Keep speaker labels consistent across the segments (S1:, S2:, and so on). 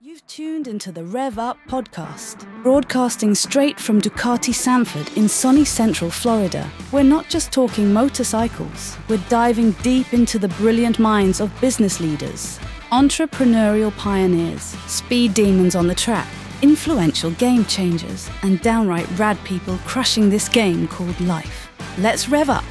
S1: You've tuned into the Rev Up podcast, broadcasting straight from Ducati Sanford in sunny central Florida. We're not just talking motorcycles, we're diving deep into the brilliant minds of business leaders, entrepreneurial pioneers, speed demons on the track, influential game changers, and downright rad people crushing this game called life. Let's rev up.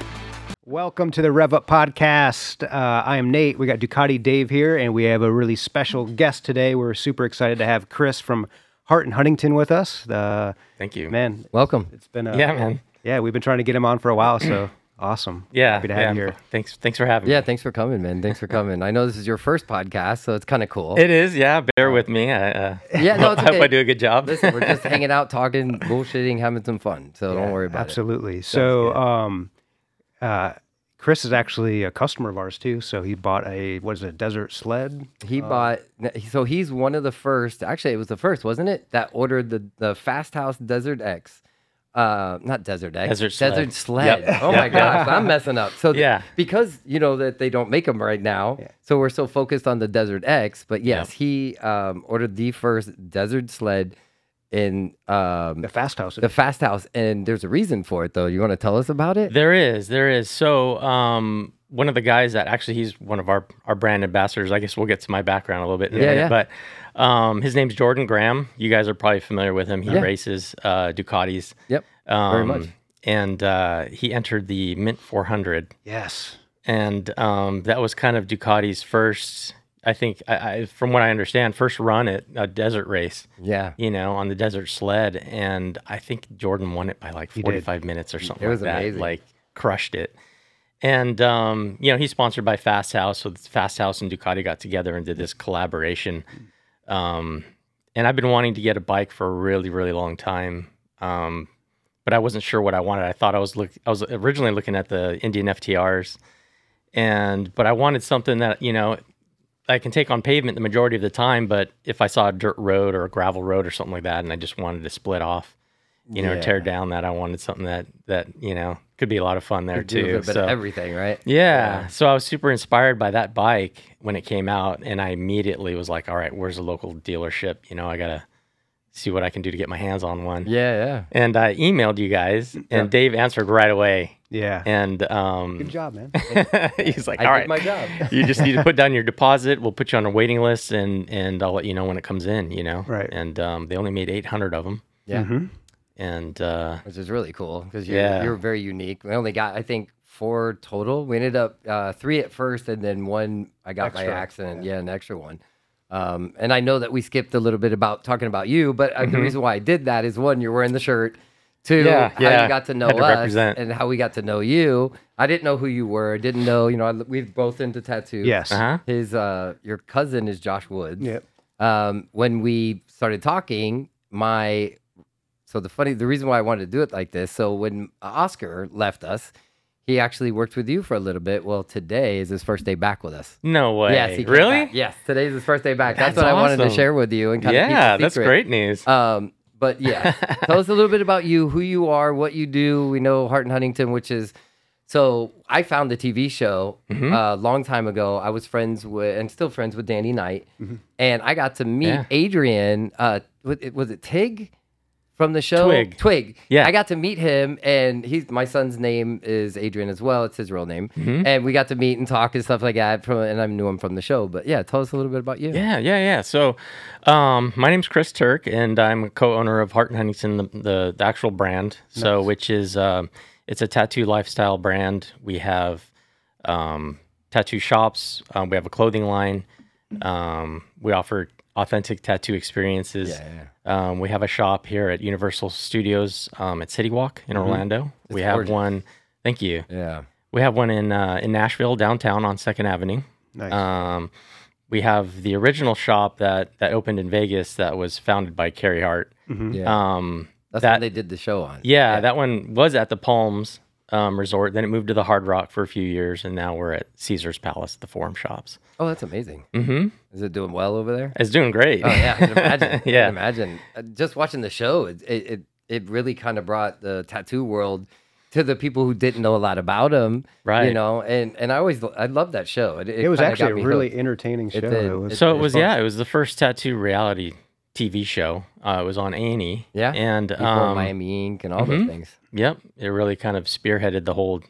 S2: Welcome to the Rev Up Podcast. Uh, I am Nate. We got Ducati Dave here, and we have a really special guest today. We're super excited to have Chris from Hart and Huntington with us. Uh,
S3: Thank you.
S2: man,
S4: Welcome.
S2: it's been a,
S3: Yeah, man.
S2: Yeah, we've been trying to get him on for a while, so awesome.
S3: Yeah.
S2: happy to have
S3: yeah,
S2: you here.
S3: Thanks. Thanks for having
S4: Yeah,
S3: me.
S4: thanks for coming, man. Thanks for coming. I know this is your first podcast, so it's kind of cool.
S3: It is. Yeah. Bear with me. I, uh,
S4: Yeah, no, Oh. it's
S3: I hope
S4: okay.
S3: I do a good job.
S4: Listen, we're just hanging out, talking, bullshitting, having some fun. So don't worry about
S2: Absolutely. So, um, uh, Chris is actually a customer of ours too. So he bought a what is it, a desert sled?
S4: it.
S3: Oh.
S4: He bought, so he's one of the first. Actually, it was the first, wasn't it? That ordered the the Fast House Desert X. Uh, not Desert X.
S3: Desert Sled.
S4: Desert Sled.
S3: Yep.
S4: Oh my gosh, I'm messing up. So th-
S3: Yeah.
S4: because you know that they don't make them right now, so we're so focused on the Desert X. But yes, he um, ordered the first Desert Sled in um,
S2: The fast house.
S4: the fast house and there's a reason for it though you want to tell us about it
S3: There is, there is. So, um, one of the guys that actually he's one of our our brand ambassadors. I guess we'll get to my background a little bit in a
S4: Yeah,
S3: minute, but um, his name's Jordan Graham. You guys are probably familiar with him. He
S4: Yeah.
S3: races uh, Ducatis.
S4: yep
S3: Um,
S4: Very much.
S3: And uh, he entered the Mint 400
S2: yes.
S3: and um, that was kind of Ducati's first. I think, I, I, from what I understand, first run at a desert race.
S4: yeah
S3: You know, on the desert sled, and I think Jordan won it by like
S2: did.
S3: forty-five minutes or something.
S4: It was
S3: like that.
S4: amazing.
S3: Like crushed it. And um, you know, he's sponsored by Fast House, so Fast House and Ducati got together and did this collaboration. Um, and I've been wanting to get a bike for a really, really long time. Um, but I wasn't sure what I wanted. I thought I was look I was originally looking at the Indian FTRs and but I wanted something that, you know, I can take on pavement the majority of the time, but if I saw a dirt road or a gravel road or something like that and I just wanted to split off, you know,
S4: Yeah.
S3: tear down that I wanted something that that, you know, could be a lot of fun there
S4: do a
S3: too.
S4: little bit
S3: So-
S4: of everything right
S3: yeah. So I was super inspired by that bike when it came out, and I immediately was like, "All right, where's the local dealership? You know, I gotta see what I can do to get my hands on one."
S4: yeah yeah
S3: And I emailed you guys, and Dave answered right away,
S2: Yeah.
S3: and
S2: Good
S3: um,
S2: job, man.
S3: he's like,
S4: i
S3: "All
S4: did
S3: right,
S4: my job
S3: you just need to put down your deposit. We'll put you on a waiting list, and and I'll let you know when it comes in." You know,
S2: Right.
S3: And um, they only made eight hundred of them,
S4: yeah
S3: and uh,
S4: which is really cool because you're,
S3: Yeah.
S4: you're very unique we only got i think four total we ended up uh, three at first and then one i got by accident yeah. an extra one um, and i know that we skipped a little bit about talking about you but uh, the reason why i did that is one you're wearing the shirt Two,
S3: Mm-hmm. Yeah,
S4: how
S3: yeah.
S4: you got to know
S3: Had to
S4: us
S3: represent.
S4: and how we got to know you. I didn't know who you were. I didn't know, you know, I, we've both into tattoos.
S2: Yes.
S3: huh?
S4: His uh, your cousin is Josh Woods.
S2: Yep.
S4: Um, when we started talking, my so the funny the reason why I wanted to do it like this. So when Oscar left us, he actually worked with you for a little bit. Well, today is his first day back with us.
S3: No way.
S4: Yes, he came
S3: really?
S4: back. Yes, today's his first day back. That's,
S3: That's
S4: what I wanted to
S3: awesome.
S4: share with you and kind of keep
S3: Yeah,
S4: it
S3: that's
S4: secret.
S3: great news.
S4: Um, but yeah, tell us a little bit about you, who you are, what you do. We know Hart and Huntington, which is so. I found the TV show
S3: Mm-hmm.
S4: uh, a long time ago. I was friends with and still friends with Danny Knight, and I got to meet
S3: Mm-hmm. Yeah.
S4: Adrian. Uh, was it, was it Tig? From the show
S3: Twig.
S4: Twig.
S3: Yeah.
S4: I got to meet him, and he's my son's name is Adrian as well. It's his real name,
S3: Mm-hmm.
S4: and we got to meet and talk and stuff like that. From and I knew him from the show, but yeah, tell us a little bit about you.
S3: Yeah, yeah, yeah. So, um, my name's Chris Turk, and I'm a co-owner of Heart and Huntington, the the, the actual brand. So, which is um, it's a tattoo lifestyle brand. We have um, tattoo shops. Um, we have a clothing line. Um, we offer authentic tattoo experiences. Um, we have a shop here at Universal Studios um, at City Walk in Orlando. we have
S4: gorgeous.
S3: one. Thank you.
S4: yeah.
S3: We have one in uh, in Nashville downtown on Second Avenue.
S2: Nice.
S3: Um, we have the original shop that that opened in Vegas that was founded by Carrie Hart.
S4: yeah.
S3: Um,
S4: That's
S3: that
S4: when they did the show on.
S3: yeah, that one was at the Palms um, Resort. Then it moved to the Hard Rock for a few years, and now we're at Caesar's Palace, the Forum Shops.
S4: Oh, that's amazing.
S3: Mm-hmm.
S4: Is it doing well over there?
S3: It's doing great.
S4: Oh yeah, I can imagine. I can
S3: Yeah.
S4: imagine. Uh, Just watching the show, it it it, it really kind of brought the tattoo world to the people who didn't know a lot about him. You
S3: Right.
S4: know, and and I always I love that show. It,
S2: It was
S4: kinda
S2: actually
S4: got
S2: a
S4: me
S2: really
S4: hooked.
S2: entertaining show.
S4: It did.
S2: It was-
S3: So it
S4: It's
S3: was,
S4: fun.
S3: yeah, it was the first tattoo reality TV show. Uh, it was on A&E.
S4: Yeah.
S3: and
S4: Before
S3: um,
S4: Miami Ink and all those
S3: mhm.
S4: things.
S3: Yep, it really kind of spearheaded the whole.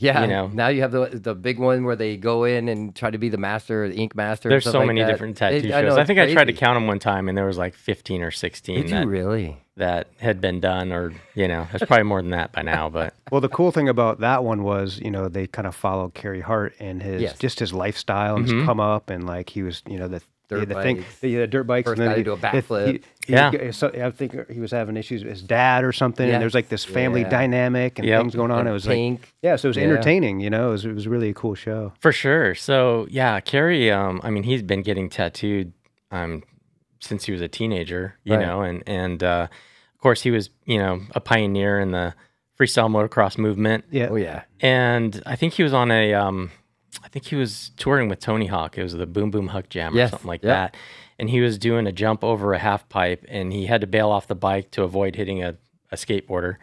S4: Yeah,
S3: You know.
S4: now you have the the big one where they go in and try to be the master, the ink master. and
S3: There's
S4: stuff
S3: so
S4: like
S3: many
S4: that.
S3: different tattoo
S4: It-
S3: shows. I,
S4: know, it's
S3: think I tried to
S4: crazy.
S3: count them one time, and there was like 15 or 16
S4: Did
S3: that,
S4: you really?
S3: that had been done, or you know, there's probably more than that by now. But
S2: Well, the cool thing about that one was, you know, they kind of followed Carrie Hart and his
S4: Yes. Mm-hmm.
S2: just his lifestyle and his come up and like he was, you know, the
S4: Dirt
S2: the thing,
S4: bikes.
S2: the, the dirt bikes.
S4: First
S2: and then
S4: guy to
S2: he-
S4: do a
S2: the-
S4: backflip.
S2: he- he
S3: Yeah.
S2: was- so I think he was having issues with his dad or something.
S4: Yeah.
S2: And there was like this family
S4: Yeah.
S2: dynamic and
S3: Yep.
S2: things going on.
S4: And
S2: it was
S4: Pink.
S2: like, yeah, so it was
S4: Yeah.
S2: entertaining. You know, it was, it was really a cool show.
S3: for sure. So yeah, Carrie. Um, I mean, he's been getting tattooed um since he was a teenager, you
S4: Right.
S3: know, and and uh, of course he was, you know, a pioneer in the freestyle motocross movement.
S2: Yeah.
S4: Oh yeah,
S3: and I think he was on a, um, I think he was touring with Tony Hawk. It was the Boom Boom Huck Jam
S4: Yes,
S3: or something like
S4: yep.
S3: that. And he was doing a jump over a half pipe, and he had to bail off the bike to avoid hitting a, a skateboarder,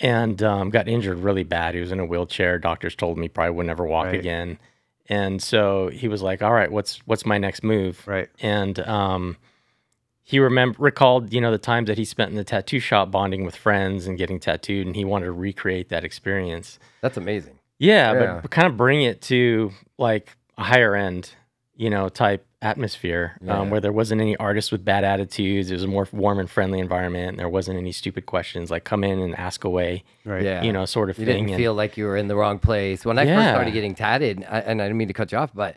S3: and um, got injured really bad. He was in a wheelchair. Doctors told me probably would never walk
S2: Right.
S3: again. And so he was like, "All right, what's what's my next move?"
S2: Right.
S3: and um, he remember recalled you know the times that he spent in the tattoo shop bonding with friends and getting tattooed and he wanted to recreate that experience
S4: that's amazing.
S3: yeah,
S4: Yeah.
S3: But, but kind of bring it to like a higher end you know type atmosphere
S4: Yeah.
S3: um, where there wasn't any artists with bad attitudes it was a more warm and friendly environment and there wasn't any stupid questions like come in and ask away
S2: Right.
S4: Yeah,
S3: you know sort of
S4: you
S3: thing
S4: didn't
S3: and-
S4: feel like you were in the wrong place when I first
S3: Yeah.
S4: started getting tatted. I, and I didn't mean to cut you off, but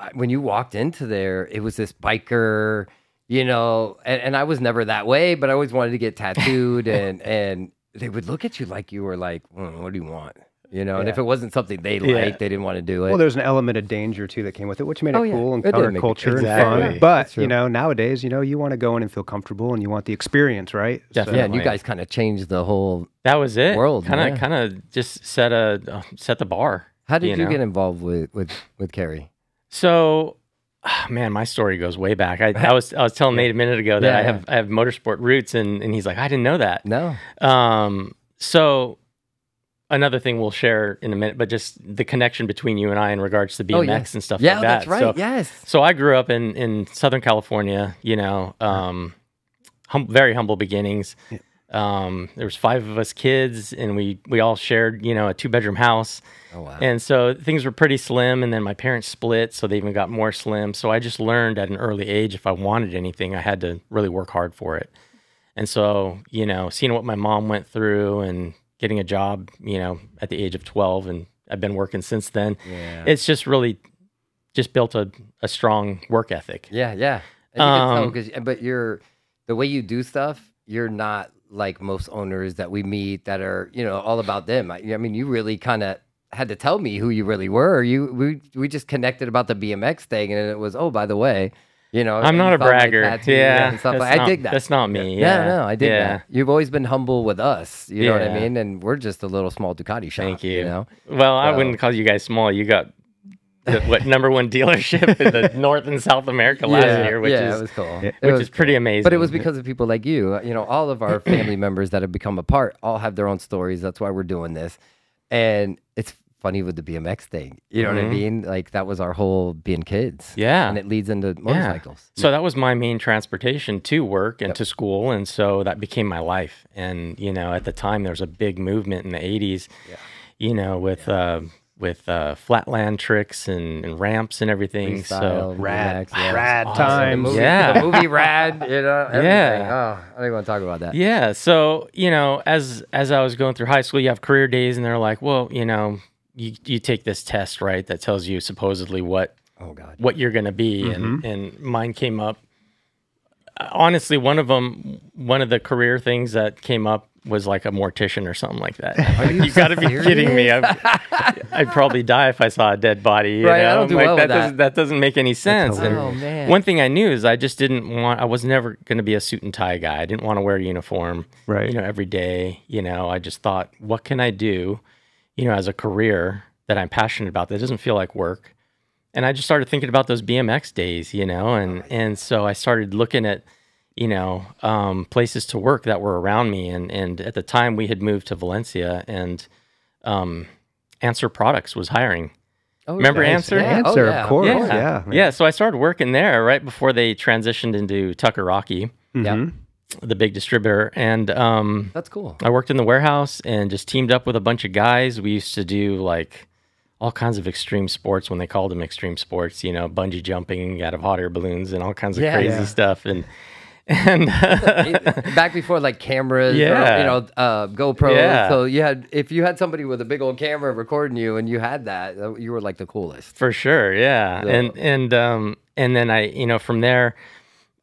S4: I, when you walked into there, it was this biker, you know, and, and I was never that way, but I always wanted to get tattooed, and and they would look at you like you were like, "Mm, what do you want? You know, and if it wasn't something they liked,
S3: Yeah.
S4: they didn't want to do it.
S2: Well, there's an element of danger too that came with it, which made it
S4: Oh, yeah.
S2: cool and
S4: It did make it-
S2: counterculture and
S3: Exactly.
S2: fun. But
S4: That's true.
S2: you know, nowadays, you know, you want to go in and feel comfortable and you want the experience, right? So-
S3: Definitely.
S4: yeah, and you
S3: Definitely.
S4: guys kind of changed the whole.
S3: that was it
S4: World,
S3: kind of
S4: yeah.
S3: kind of just set a uh, set the bar
S4: How did you,
S3: know?
S4: get involved with with with Carrie?
S3: So, ah, man, my story goes way back. I, I was I was telling Nate a minute ago that I
S4: Yeah.
S3: have I have motorsport roots, and and he's like, I didn't know that.
S4: No,
S3: Um, so another thing we'll share in a minute, but just the connection between you and I in regards to BMX
S4: Oh, yeah.
S3: and stuff
S4: yeah,
S3: like that.
S4: that's right.
S3: So,
S4: yes,
S3: so I grew up in in Southern California. You know, um, hum, very humble beginnings. Um, there was five of us kids, and we we all shared you know a two bedroom house.
S4: Oh, wow.
S3: And so things were pretty slim. And then my parents split, so they even got more slim. So I just learned at an early age if I wanted anything, I had to really work hard for it. And so you know, seeing what my mom went through and getting a job, you know, at the age of twelve, and I've been working since then.
S4: Yeah.
S3: It's just really just built a, a strong work ethic.
S4: yeah, yeah. And you
S3: Um,
S4: can tell 'cause- but you're the way you do stuff. You're not like most owners that we meet that are you know all about them. I, I mean, you really kind of had to tell me who you really were. You we we just connected about the BMX thing, and it was oh by the way, you know
S3: I'm
S4: you
S3: not a
S4: found my
S3: bragger.
S4: tattoo
S3: yeah.
S4: and stuff
S3: that's
S4: like- I
S3: not-
S4: dig that.
S3: That's not me.
S4: Yeah,
S3: Yeah.
S4: no, I did
S3: yeah.
S4: that. You've always been humble with us. You know what I
S3: Yeah.
S4: mean? And we're just a little small Ducati shop.
S3: Thank you.
S4: You know?
S3: Well, I
S4: So-
S3: wouldn't call you guys small. You got the, what number one dealership in the North and South America last year, which
S4: yeah,
S3: is
S4: it was cool. It
S3: which
S4: was
S3: is pretty amazing.
S4: But it was because of people like you. Uh, You know, all of our family members that have become a part all have their own stories. That's why we're doing this. And it's funny with the BMX thing. You know what I mean? Like that was our whole being kids.
S3: Mm-hmm. Yeah.
S4: And it leads into
S3: Yeah.
S4: motorcycles.
S3: So that was my main transportation to work and to school, and so that became my life. And you know, at the time, there was a big movement in the '80s. You know, with uh, with uh, flatland tricks and, and ramps and everything. So
S4: Freestyle,
S2: Rad,
S4: BMX, yeah.
S2: rad
S3: awesome.
S2: times.
S4: Movie,
S3: Yeah.
S4: The movie Rad, you know? Everything.
S3: Yeah.
S4: Oh, I don't even want to talk about that.
S3: Yeah. So, you know, as as I was going through high school, you have career days and they're like, well, you know, you, you take this test, right? That tells you supposedly what
S4: Oh, God.
S3: what you're going to be
S4: Mm-hmm.
S3: and and mine came up honestly one of them one of the career things that came up was like a mortician or something like that Like, you, got to be kidding me I've, i'd probably die if i saw a dead body you
S4: Right, I
S3: know?
S4: don't do
S3: like,
S4: well
S3: that,
S4: with that.
S3: Doesn't, that doesn't make any sense And
S4: hilarious. Oh, man.
S3: one thing i knew is i just didn't want i was never going to be a suit and tie guy i didn't want to wear a uniform
S2: Right.
S3: you know every day you know i just thought what can i do you know as a career that i'm passionate about that doesn't feel like work and I just started thinking about those BMX days, you know, and and so I started looking at, you know, um, places to work that were around me. And, and at the time we had moved to Valencia and um, Answer Products was hiring.
S4: Oh,
S3: Remember
S4: nice.
S3: Answer?
S4: Yeah.
S2: Answer,
S4: oh, yeah.
S2: of course. Yeah.
S3: Yeah.
S2: man.
S3: Yeah, so I started working there right before they transitioned into Tucker Rocky,
S4: Yeah.
S3: Mm-hmm.
S2: Mhm.
S3: the big distributor. And um,
S4: That's cool.
S3: I worked in the warehouse and just teamed up with a bunch of guys. We used to do like all kinds of extreme sports when they called them extreme sports, you know, bungee jumping out of hot air balloons and all kinds of
S4: Yeah.
S3: crazy
S4: Yeah.
S3: stuff. And, and uh,
S4: back before like cameras or
S3: Yeah.
S4: you know uh GoPro
S3: Yeah.
S4: so you had if you had somebody with a big old camera recording you and you had that uh, you were like the coolest
S3: for sure yeah.
S4: Yeah.
S3: and and um and then i you know from there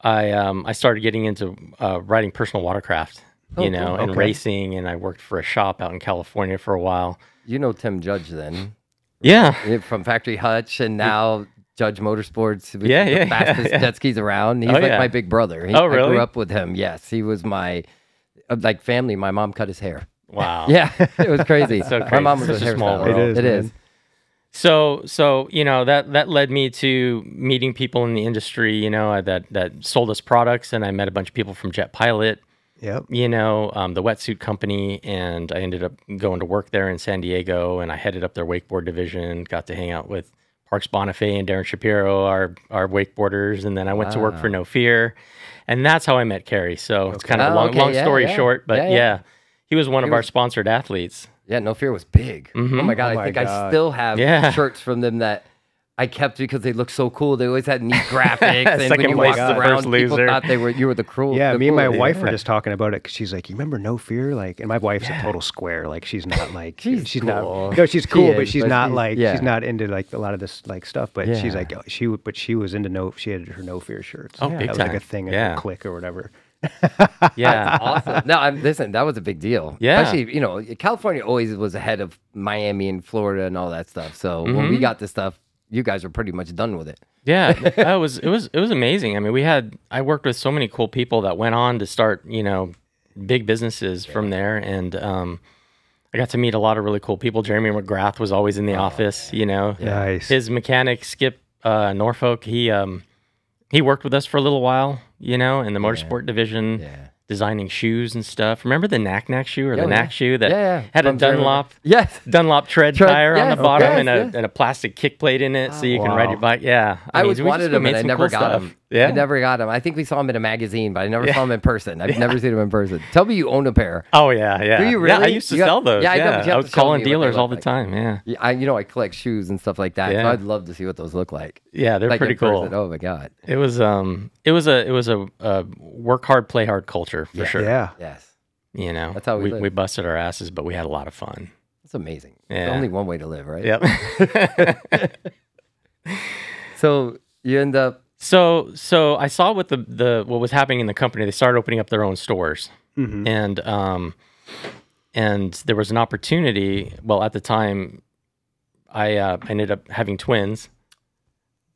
S3: i um i started getting into uh riding personal watercraft you
S4: Oh,
S3: know
S4: cool.
S3: and
S2: Okay.
S3: racing and i worked for a shop out in california for a while
S4: you know Tim Judge then
S3: yeah
S4: eh, from Factory Hutch and now Judge Motorsports which
S3: Yeah,
S4: is
S3: yeah, yeah,
S4: the fastest
S3: yeah.
S4: jet skis around he's
S3: Oh,
S4: like
S3: yeah.
S4: my big brother He-
S3: Oh,
S4: I
S3: really?
S4: grew up with him yes he was my uh, like family my mom cut his hair
S3: wow
S4: yeah it was crazy
S3: so
S4: my
S3: crazy.
S4: mom was
S3: Such a small
S4: hairstylist.
S3: world.
S2: It
S4: it
S2: is,
S4: is
S3: so so you know that that led me to meeting people in the industry you know I- that that sold us products and i met a bunch of people from jet pilot
S2: Yep.
S3: you know, um, the wetsuit company, and I ended up going to work there in San Diego, and I headed up their wakeboard division. Got to hang out with Parks Bonifay and Darren Shapiro, our our wakeboarders, and then I went to work for No Fear, and that's how I met Kerry. So it's kind of a
S4: Oh,
S3: long,
S4: okay,
S3: long
S4: yeah,
S3: story
S4: yeah.
S3: short, but
S4: Yeah,
S3: yeah,
S4: yeah.
S3: he was one of our
S4: was-
S3: sponsored athletes.
S4: Yeah, No Fear was big. Oh my god,
S2: Oh
S4: I
S2: my
S4: think I
S2: God.
S4: still have
S3: Mm-hmm. Yeah.
S4: shirts from them that I kept because they looked so cool. They always had neat graphics, and when
S3: Second
S4: you
S3: place
S4: walked
S3: is the
S4: around,
S3: first
S4: people
S3: loser.
S4: thought they were you were the cruel.
S2: Yeah,
S4: the
S2: me and my
S4: cool dude.
S2: wife were just talking about it because she's like, "You remember No Fear?" Like, and my wife's a total square. Like, she's not like
S4: She's
S2: she's,
S4: cool.
S2: not. No, she's
S4: She
S2: cool, but
S4: is,
S2: she's
S4: but
S2: not
S4: she's-
S2: like
S4: yeah.
S2: she's not into like a lot of this like stuff. But she's
S4: Yeah.
S2: like oh, she, would- but she was into No. She had her No Fear shirts.
S3: Oh,
S2: that
S3: big
S2: was like a
S3: time.
S2: thing,
S3: Yeah.
S2: a click or whatever.
S3: Yeah,
S4: awesome. No, I'm listen. That was a big deal.
S3: Yeah.
S4: especially you know California always was ahead of Miami and Florida and all that stuff. So when we
S3: Mm-hmm.
S4: got this stuff, you guys were pretty much done with it.
S3: Yeah, that was it was it was amazing. I mean, we had I worked with so many cool people that went on to start, you know, big businesses from there and um I got to meet a lot of really cool people. Jeremy McGrath was always in
S4: Oh,
S3: the office, you know.
S2: Nice.
S3: His mechanic Skip uh Norfolk, he um he worked with us for a little while, you know, in the motorsport division,
S4: Yeah.
S3: designing shoes and stuff. Remember the knack knack shoe or
S4: Oh,
S3: the
S4: yeah.
S3: knack shoe that
S4: Yeah, yeah.
S3: had
S4: From
S3: a
S4: Germany.
S3: Dunlop
S4: Yes.
S3: Dunlop tread,
S4: Tread-
S3: tire on
S4: yes,
S3: the bottom
S4: okay.
S3: and a
S4: Yes.
S3: and a plastic kick plate in it, so you can ride
S2: Wow.
S3: your bike. Yeah,
S4: I,
S3: mean,
S4: always
S3: we just
S4: wanted him,
S3: made
S4: and I
S3: some
S4: never
S3: cool
S4: got
S3: stuff.
S4: him.
S3: Yeah,
S4: I never got him. I think we saw him in a magazine, but I never saw him in person. I've never seen him in person. Tell me you own a pair.
S3: Oh yeah, yeah.
S4: you
S3: Yeah, I
S4: really?
S3: used to
S4: You got-
S3: sell those.
S4: yeah,
S3: Yeah, I,
S4: I know, but you have
S3: was
S4: to tell
S3: calling
S4: me what they
S3: dealers all
S4: look
S3: the
S4: like.
S3: time. Yeah,
S4: Yeah, I, you know, I collect shoes and stuff like that. So
S3: Yeah.
S4: I'd love to see what those look like.
S3: yeah, they're
S4: Like
S3: pretty
S4: in person.
S3: cool.
S4: Oh my god.
S3: It was um, it was a it was a, uh work hard, play hard culture for sure.
S2: Yeah.
S4: Yes.
S3: You know,
S4: That's how we
S3: we,
S4: live.
S3: we busted our asses, but we had a lot of fun.
S4: It's amazing. There's
S3: Yeah.
S4: only one way to live, right?
S3: Yep.
S4: So you end up
S3: so so I saw what the the what was happening in the company. They started opening up their own stores.
S2: Mhm.
S3: and um and there was an opportunity well at the time i uh ended up having twins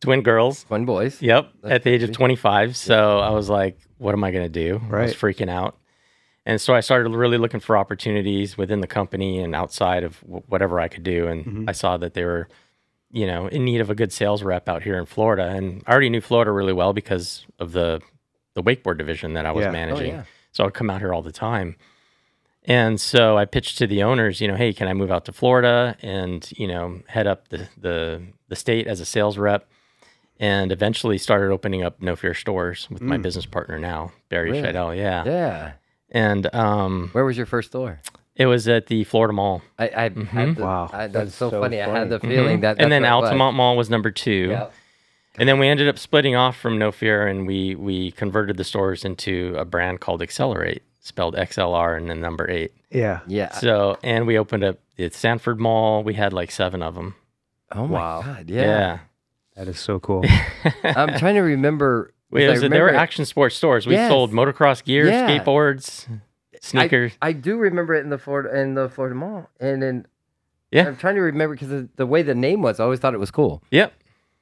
S3: twin girls
S4: twin boys.
S3: yep
S4: That's
S3: at the age of
S4: crazy.
S3: 25 so i was like what am i going to do i was
S2: Right.
S3: freaking out and so i started really looking for opportunities within the company and outside of w- whatever i could do and
S2: Mm-hmm.
S3: i saw that they were you know in need of a good sales rep out here in florida and i already knew florida really well because of the the wakeboard division that i was
S2: Yeah. Oh,
S3: managing
S4: yeah.
S3: so i'd come out here all the time and so I pitched to the owners, you know, hey, can I move out to Florida and, you know, head up the the, the state as a sales rep? And eventually started opening up No Fear stores with my business partner now, Barry
S4: Mm. Really?
S3: Scheidel. Yeah.
S4: Yeah.
S3: And um,
S4: Where was your first store?
S3: it was at the Florida Mall.
S4: I, I had the,
S2: Wow,
S4: I, that's,
S2: that's
S4: so,
S2: so
S4: funny. I had
S2: funny.
S4: the feeling that.
S3: Mm-hmm. and then
S4: that's what it was.
S3: Altamont Mall was number two.
S4: Yep.
S3: And then we ended up splitting off from No Fear and we, we converted the stores into a brand called Accelerate, spelled XLR and then number eight.
S2: Yeah.
S4: Yeah.
S3: So, and we opened up at Sanford Mall. We had like seven of them.
S4: oh my
S2: Wow.
S4: god.
S3: Yeah.
S4: Yeah.
S2: That is so cool.
S4: I'm trying to remember.
S3: It
S4: 'cause I
S3: was- they were
S4: remember-
S3: action sports stores. We
S4: Yes.
S3: sold motocross gear,
S4: Yeah.
S3: skateboards, sneakers.
S4: I, I do remember it in the Florida in the Florida Mall, and then
S3: Yeah.
S4: I'm trying to remember because the, the way the name was, I always thought it was cool.
S3: yep.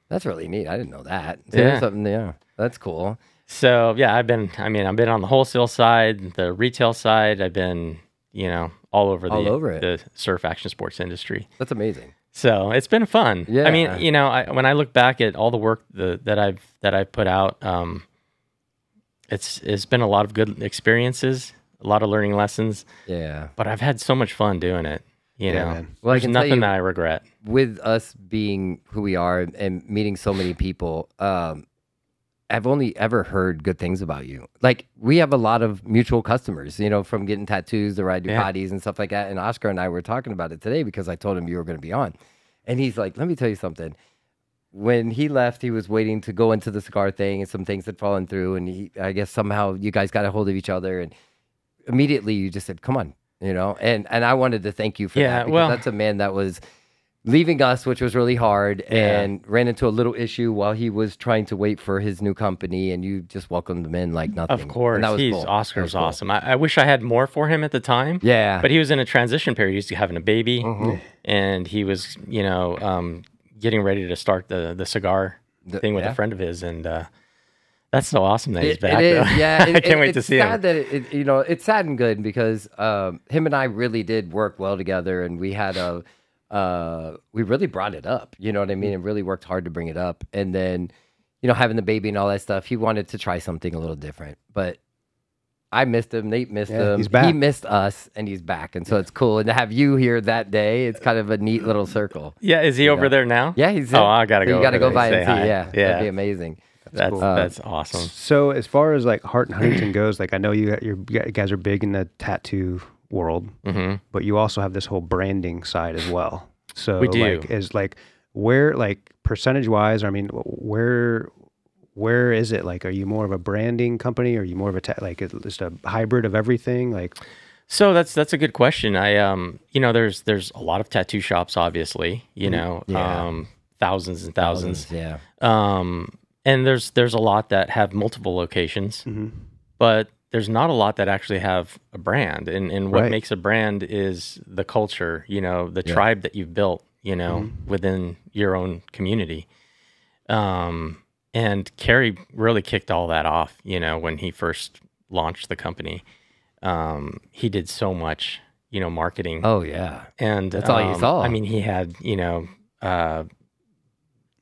S4: That's really neat. I didn't know that. So there's
S3: Yeah.
S4: something yeah. That's cool.
S3: So yeah, I've been. I mean, I've been on the wholesale side, the retail side. I've been, you know, all over the
S4: All over it.
S3: the surf action sports industry.
S4: That's amazing.
S3: So it's been fun. I
S4: Yeah.
S3: mean, you know, I, when I look back at all the work the, that I've that I've put out, um, it's it's been a lot of good experiences, a lot of learning lessons,
S4: Yeah.
S3: but I've had so much fun doing it. You
S2: Yeah,
S3: know,
S2: man.
S4: Well, I
S3: there's
S4: can tell
S3: nothing
S4: you-
S3: that I regret.
S4: with us being who we are and- and meeting so many people, um, I've only ever heard good things about you. Like we have a lot of mutual customers, you know, from getting tattoos to ride
S3: Yeah.
S4: Ducatis and stuff like that. And Oscar and I were talking about it today because I told him you were going to be on, and he's like, "Let me tell you something." When he left, he was waiting to go into the cigar thing, and some things had fallen through. And he, I guess somehow you guys got a hold of each other, and immediately you just said, "Come on," you know. And and I wanted to thank you for
S3: Yeah,
S4: that because
S3: well-
S4: that's a man that was leaving us, which was really hard,
S3: Yeah.
S4: and ran into a little issue while he was trying to wait for his new company, and you just welcomed him in like nothing.
S3: Of course,
S4: and that was
S3: he's
S4: cool. That
S3: Oscar's
S4: was cool.
S3: awesome. I, I wish I had more for him at the time.
S4: Yeah, Mm-hmm.
S3: but he was in a transition period. He was having a baby, and he was, you know, um, getting ready to start the the cigar
S4: The-
S3: thing with
S4: yeah.
S3: a friend of his, and uh, that's so awesome that he's
S4: It-
S3: back.
S4: It
S3: though.
S4: is, yeah.
S3: I
S4: It-
S3: can't
S4: it-
S3: wait to
S4: it's
S3: see
S4: sad
S3: him.
S4: That it, it- you know, it's sad and good because um, him and I really did work well together, and we had a, uh, we really brought it up. You know what I
S3: Mm-hmm.
S4: mean? And really worked hard to bring it up, and then, you know, having the baby and all that stuff, he wanted to try something a little different, but. I missed him. Nate missed
S2: Yeah,
S4: him.
S2: he's back.
S4: He missed us, and he's back, and so it's cool. And to have you here that day, it's kind of a neat little circle.
S3: Yeah, is he over there now?
S4: Yeah, he's.
S3: Oh, I gotta
S4: so
S3: go.
S4: You gotta
S3: over
S4: go
S3: there
S4: by
S3: say
S4: and see.
S3: hi.
S4: Yeah,
S3: yeah,
S4: that'd be amazing.
S3: that's
S4: Uh,
S3: that's awesome.
S2: So as far as like Hart and Huntington goes, like I know you got- you guys are big in the tattoo world,
S3: Mm-hmm.
S2: but you also have this whole branding side as well. So
S3: We do.
S2: like is like where like percentage wise, I mean where where is it like are you more of a branding company are you more of a ta- like is it just a hybrid of everything like
S3: So that's that's a good question. I um you know there's there's a lot of tattoo shops obviously you know
S4: Mm-hmm. Yeah.
S3: um thousands and thousands
S4: Yeah.
S3: um and there's there's a lot that have multiple locations but there's not a lot that actually have a brand and and what
S2: Right.
S3: makes a brand is the culture you know the tribe that you've built you know within your own community um and Kerry really kicked all that off you know when he first launched the company um he did so much you know marketing
S4: Oh yeah.
S3: and
S4: That's all you
S3: um,
S4: saw.
S3: I mean, he had you know, uh,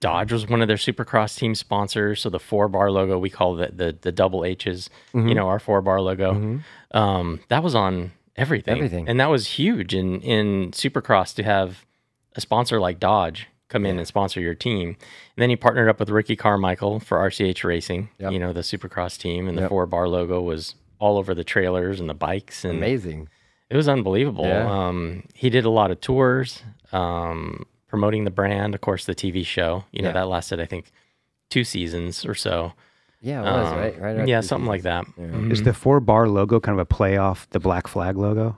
S3: Dodge was one of their Supercross team sponsors, so the four bar logo we call the the, the double H's,
S4: Mm-hmm.
S3: you know, our four bar logo, um, that was on everything,
S4: Everything.
S3: and that was huge in in Supercross to have a sponsor like Dodge come in and sponsor your team. And then he partnered up with Ricky Carmichael for RCH Racing,
S4: Yep.
S3: you know, the Supercross team, and the
S4: Yep.
S3: four bar logo was all over the trailers and the bikes and
S4: Amazing.
S3: it was unbelievable.
S4: Yeah.
S3: Um, he did a lot of tours, um, promoting the brand. Of course, the TV show. You know
S4: Yeah.
S3: that lasted, I think, two seasons or so.
S4: Yeah, it Oh, was
S3: Um,
S4: right, right.
S3: yeah, something like that. Mhm.
S2: is the four bar logo kind of a play off the black flag logo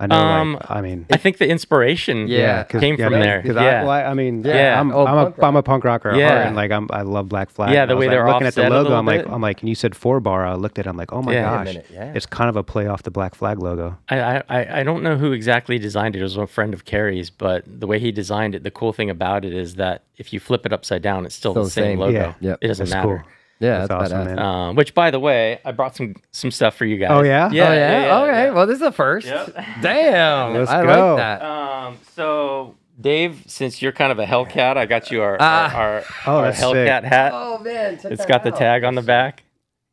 S2: i know
S3: Um,
S2: like i mean
S3: I think the inspiration,
S4: Yeah. 'cause-
S3: came
S2: yeah,
S3: from
S2: I mean,
S3: there.
S2: 'cause I,
S3: yeah.
S2: well, I- I mean,
S3: Yeah.
S2: I'm,
S4: Oh,
S2: I'm, a,
S4: punk rock.
S2: I'm a punk rocker. at heart,
S3: Yeah.
S2: and like I'm, I love Black Flag.
S3: Yeah,
S2: and I
S3: the
S2: was,
S3: way
S2: like,
S3: they're
S2: looking at the
S3: offset a
S2: logo,
S3: little
S2: I'm like,
S3: bit.
S2: I'm like, and you said four bar. I looked at, it, I'm like, oh my
S3: Yeah. Wait a
S2: gosh,
S4: minute, yeah.
S2: it's kind of a play off the Black Flag logo.
S3: I, I, I don't know who exactly designed it. It was a friend of Carrie's, but the way he designed it, the cool thing about it is that if you flip it upside down, it's still,
S4: Still
S3: the
S4: the
S3: same,
S4: same.
S3: logo.
S2: Yeah.
S4: Yep.
S3: It doesn't
S2: That's
S3: matter.
S2: cool.
S4: Yeah,
S2: That's,
S4: that's,
S2: awesome,
S4: badass.
S2: man.
S3: Um, which, by the way, I brought some some stuff for you guys.
S2: Oh, yeah?
S3: yeah,
S4: oh yeah.
S3: yeah,
S4: okay.
S3: yeah.
S4: Well, this is the first. Damn.
S2: Let's
S4: I
S2: go.
S4: like that.
S3: Um, so Dave, since you're kind of a Hellcat, I got you our
S4: Ah.
S3: our, our,
S2: Oh,
S3: our
S2: that's sick.
S3: Hellcat hat.
S4: oh man, check
S3: it's
S4: that
S3: got the
S4: out.
S3: tag on the back.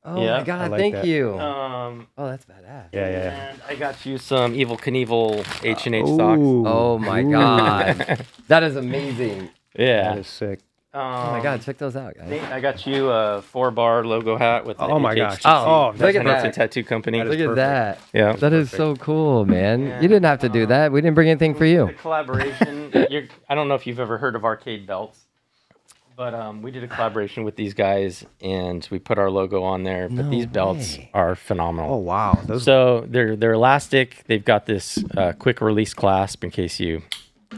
S4: Oh
S3: Yeah,
S4: my
S2: I
S4: god,
S2: like
S4: thank
S2: that.
S4: you.
S3: Um,
S4: oh, that's badass.
S2: Yeah, yeah, yeah.
S3: and I got you some Evil Knievel H and H socks.
S2: Ooh.
S4: Oh my
S2: Ooh.
S4: god, that is amazing.
S2: That
S3: Yeah.
S2: is sick.
S3: Um,
S4: Oh my god, check those out, guys.
S3: Nate, I got you a four bar logo hat with. the
S2: Oh my
S3: HH.
S2: gosh.
S4: Oh,
S2: that's
S4: look at
S3: And it's a
S4: that.
S3: tattoo company.
S4: Look at
S2: perfect.
S4: that.
S3: Yeah.
S4: That is so cool, man. You didn't have to do that. We didn't bring anything for
S3: The
S4: you.
S3: collaboration. you're, I don't know if you've ever heard of Arcade Belts, but um, we did a collaboration with these guys and we put our logo on there. But these belts
S4: way.
S3: are phenomenal.
S2: Oh wow, those
S3: So they're they're elastic. They've got this uh, quick release clasp in case you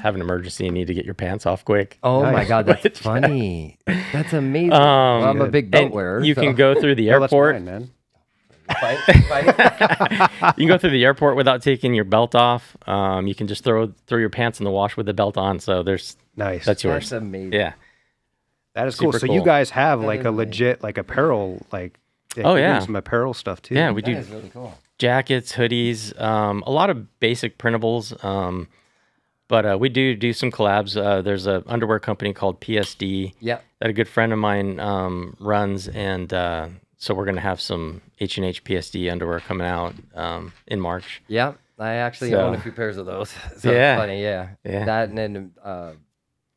S3: have an emergency and need to get your pants off quick.
S4: Oh my
S2: Nice.
S4: god, that's funny. That's amazing. Well, I'm a big belt
S3: Um, And
S4: wearer.
S3: you
S4: so-
S3: can go through the
S2: Oh, that's
S3: airport.
S2: mine, man.
S4: Fight, fight.
S3: you can go through the airport without taking your belt off. Um, you can just throw throw your pants in the wash with the belt on. So there's
S2: Nice.
S3: that's yours.
S4: That's amazing.
S3: yeah.
S2: that is cool.
S3: super
S2: So
S3: cool.
S2: you guys have like
S4: is
S2: a
S4: nice.
S2: legit like apparel like.
S3: Oh,
S2: you're doing
S3: yeah.
S2: some apparel stuff too.
S3: Yeah, we
S4: That
S3: do
S4: is really cool.
S3: jackets, hoodies, um, a lot of basic printables. Um, but uh, we do do some collabs. Uh, there's a underwear company called PSD
S4: Yep.
S3: that a good friend of mine um, runs, and uh, So we're gonna have some H and H PSD underwear coming out um, in March.
S4: Yeah, I actually
S3: So-
S4: own a few pairs of those. So
S3: Yeah.
S4: it's funny, yeah.
S3: Yeah.
S4: That and then uh, a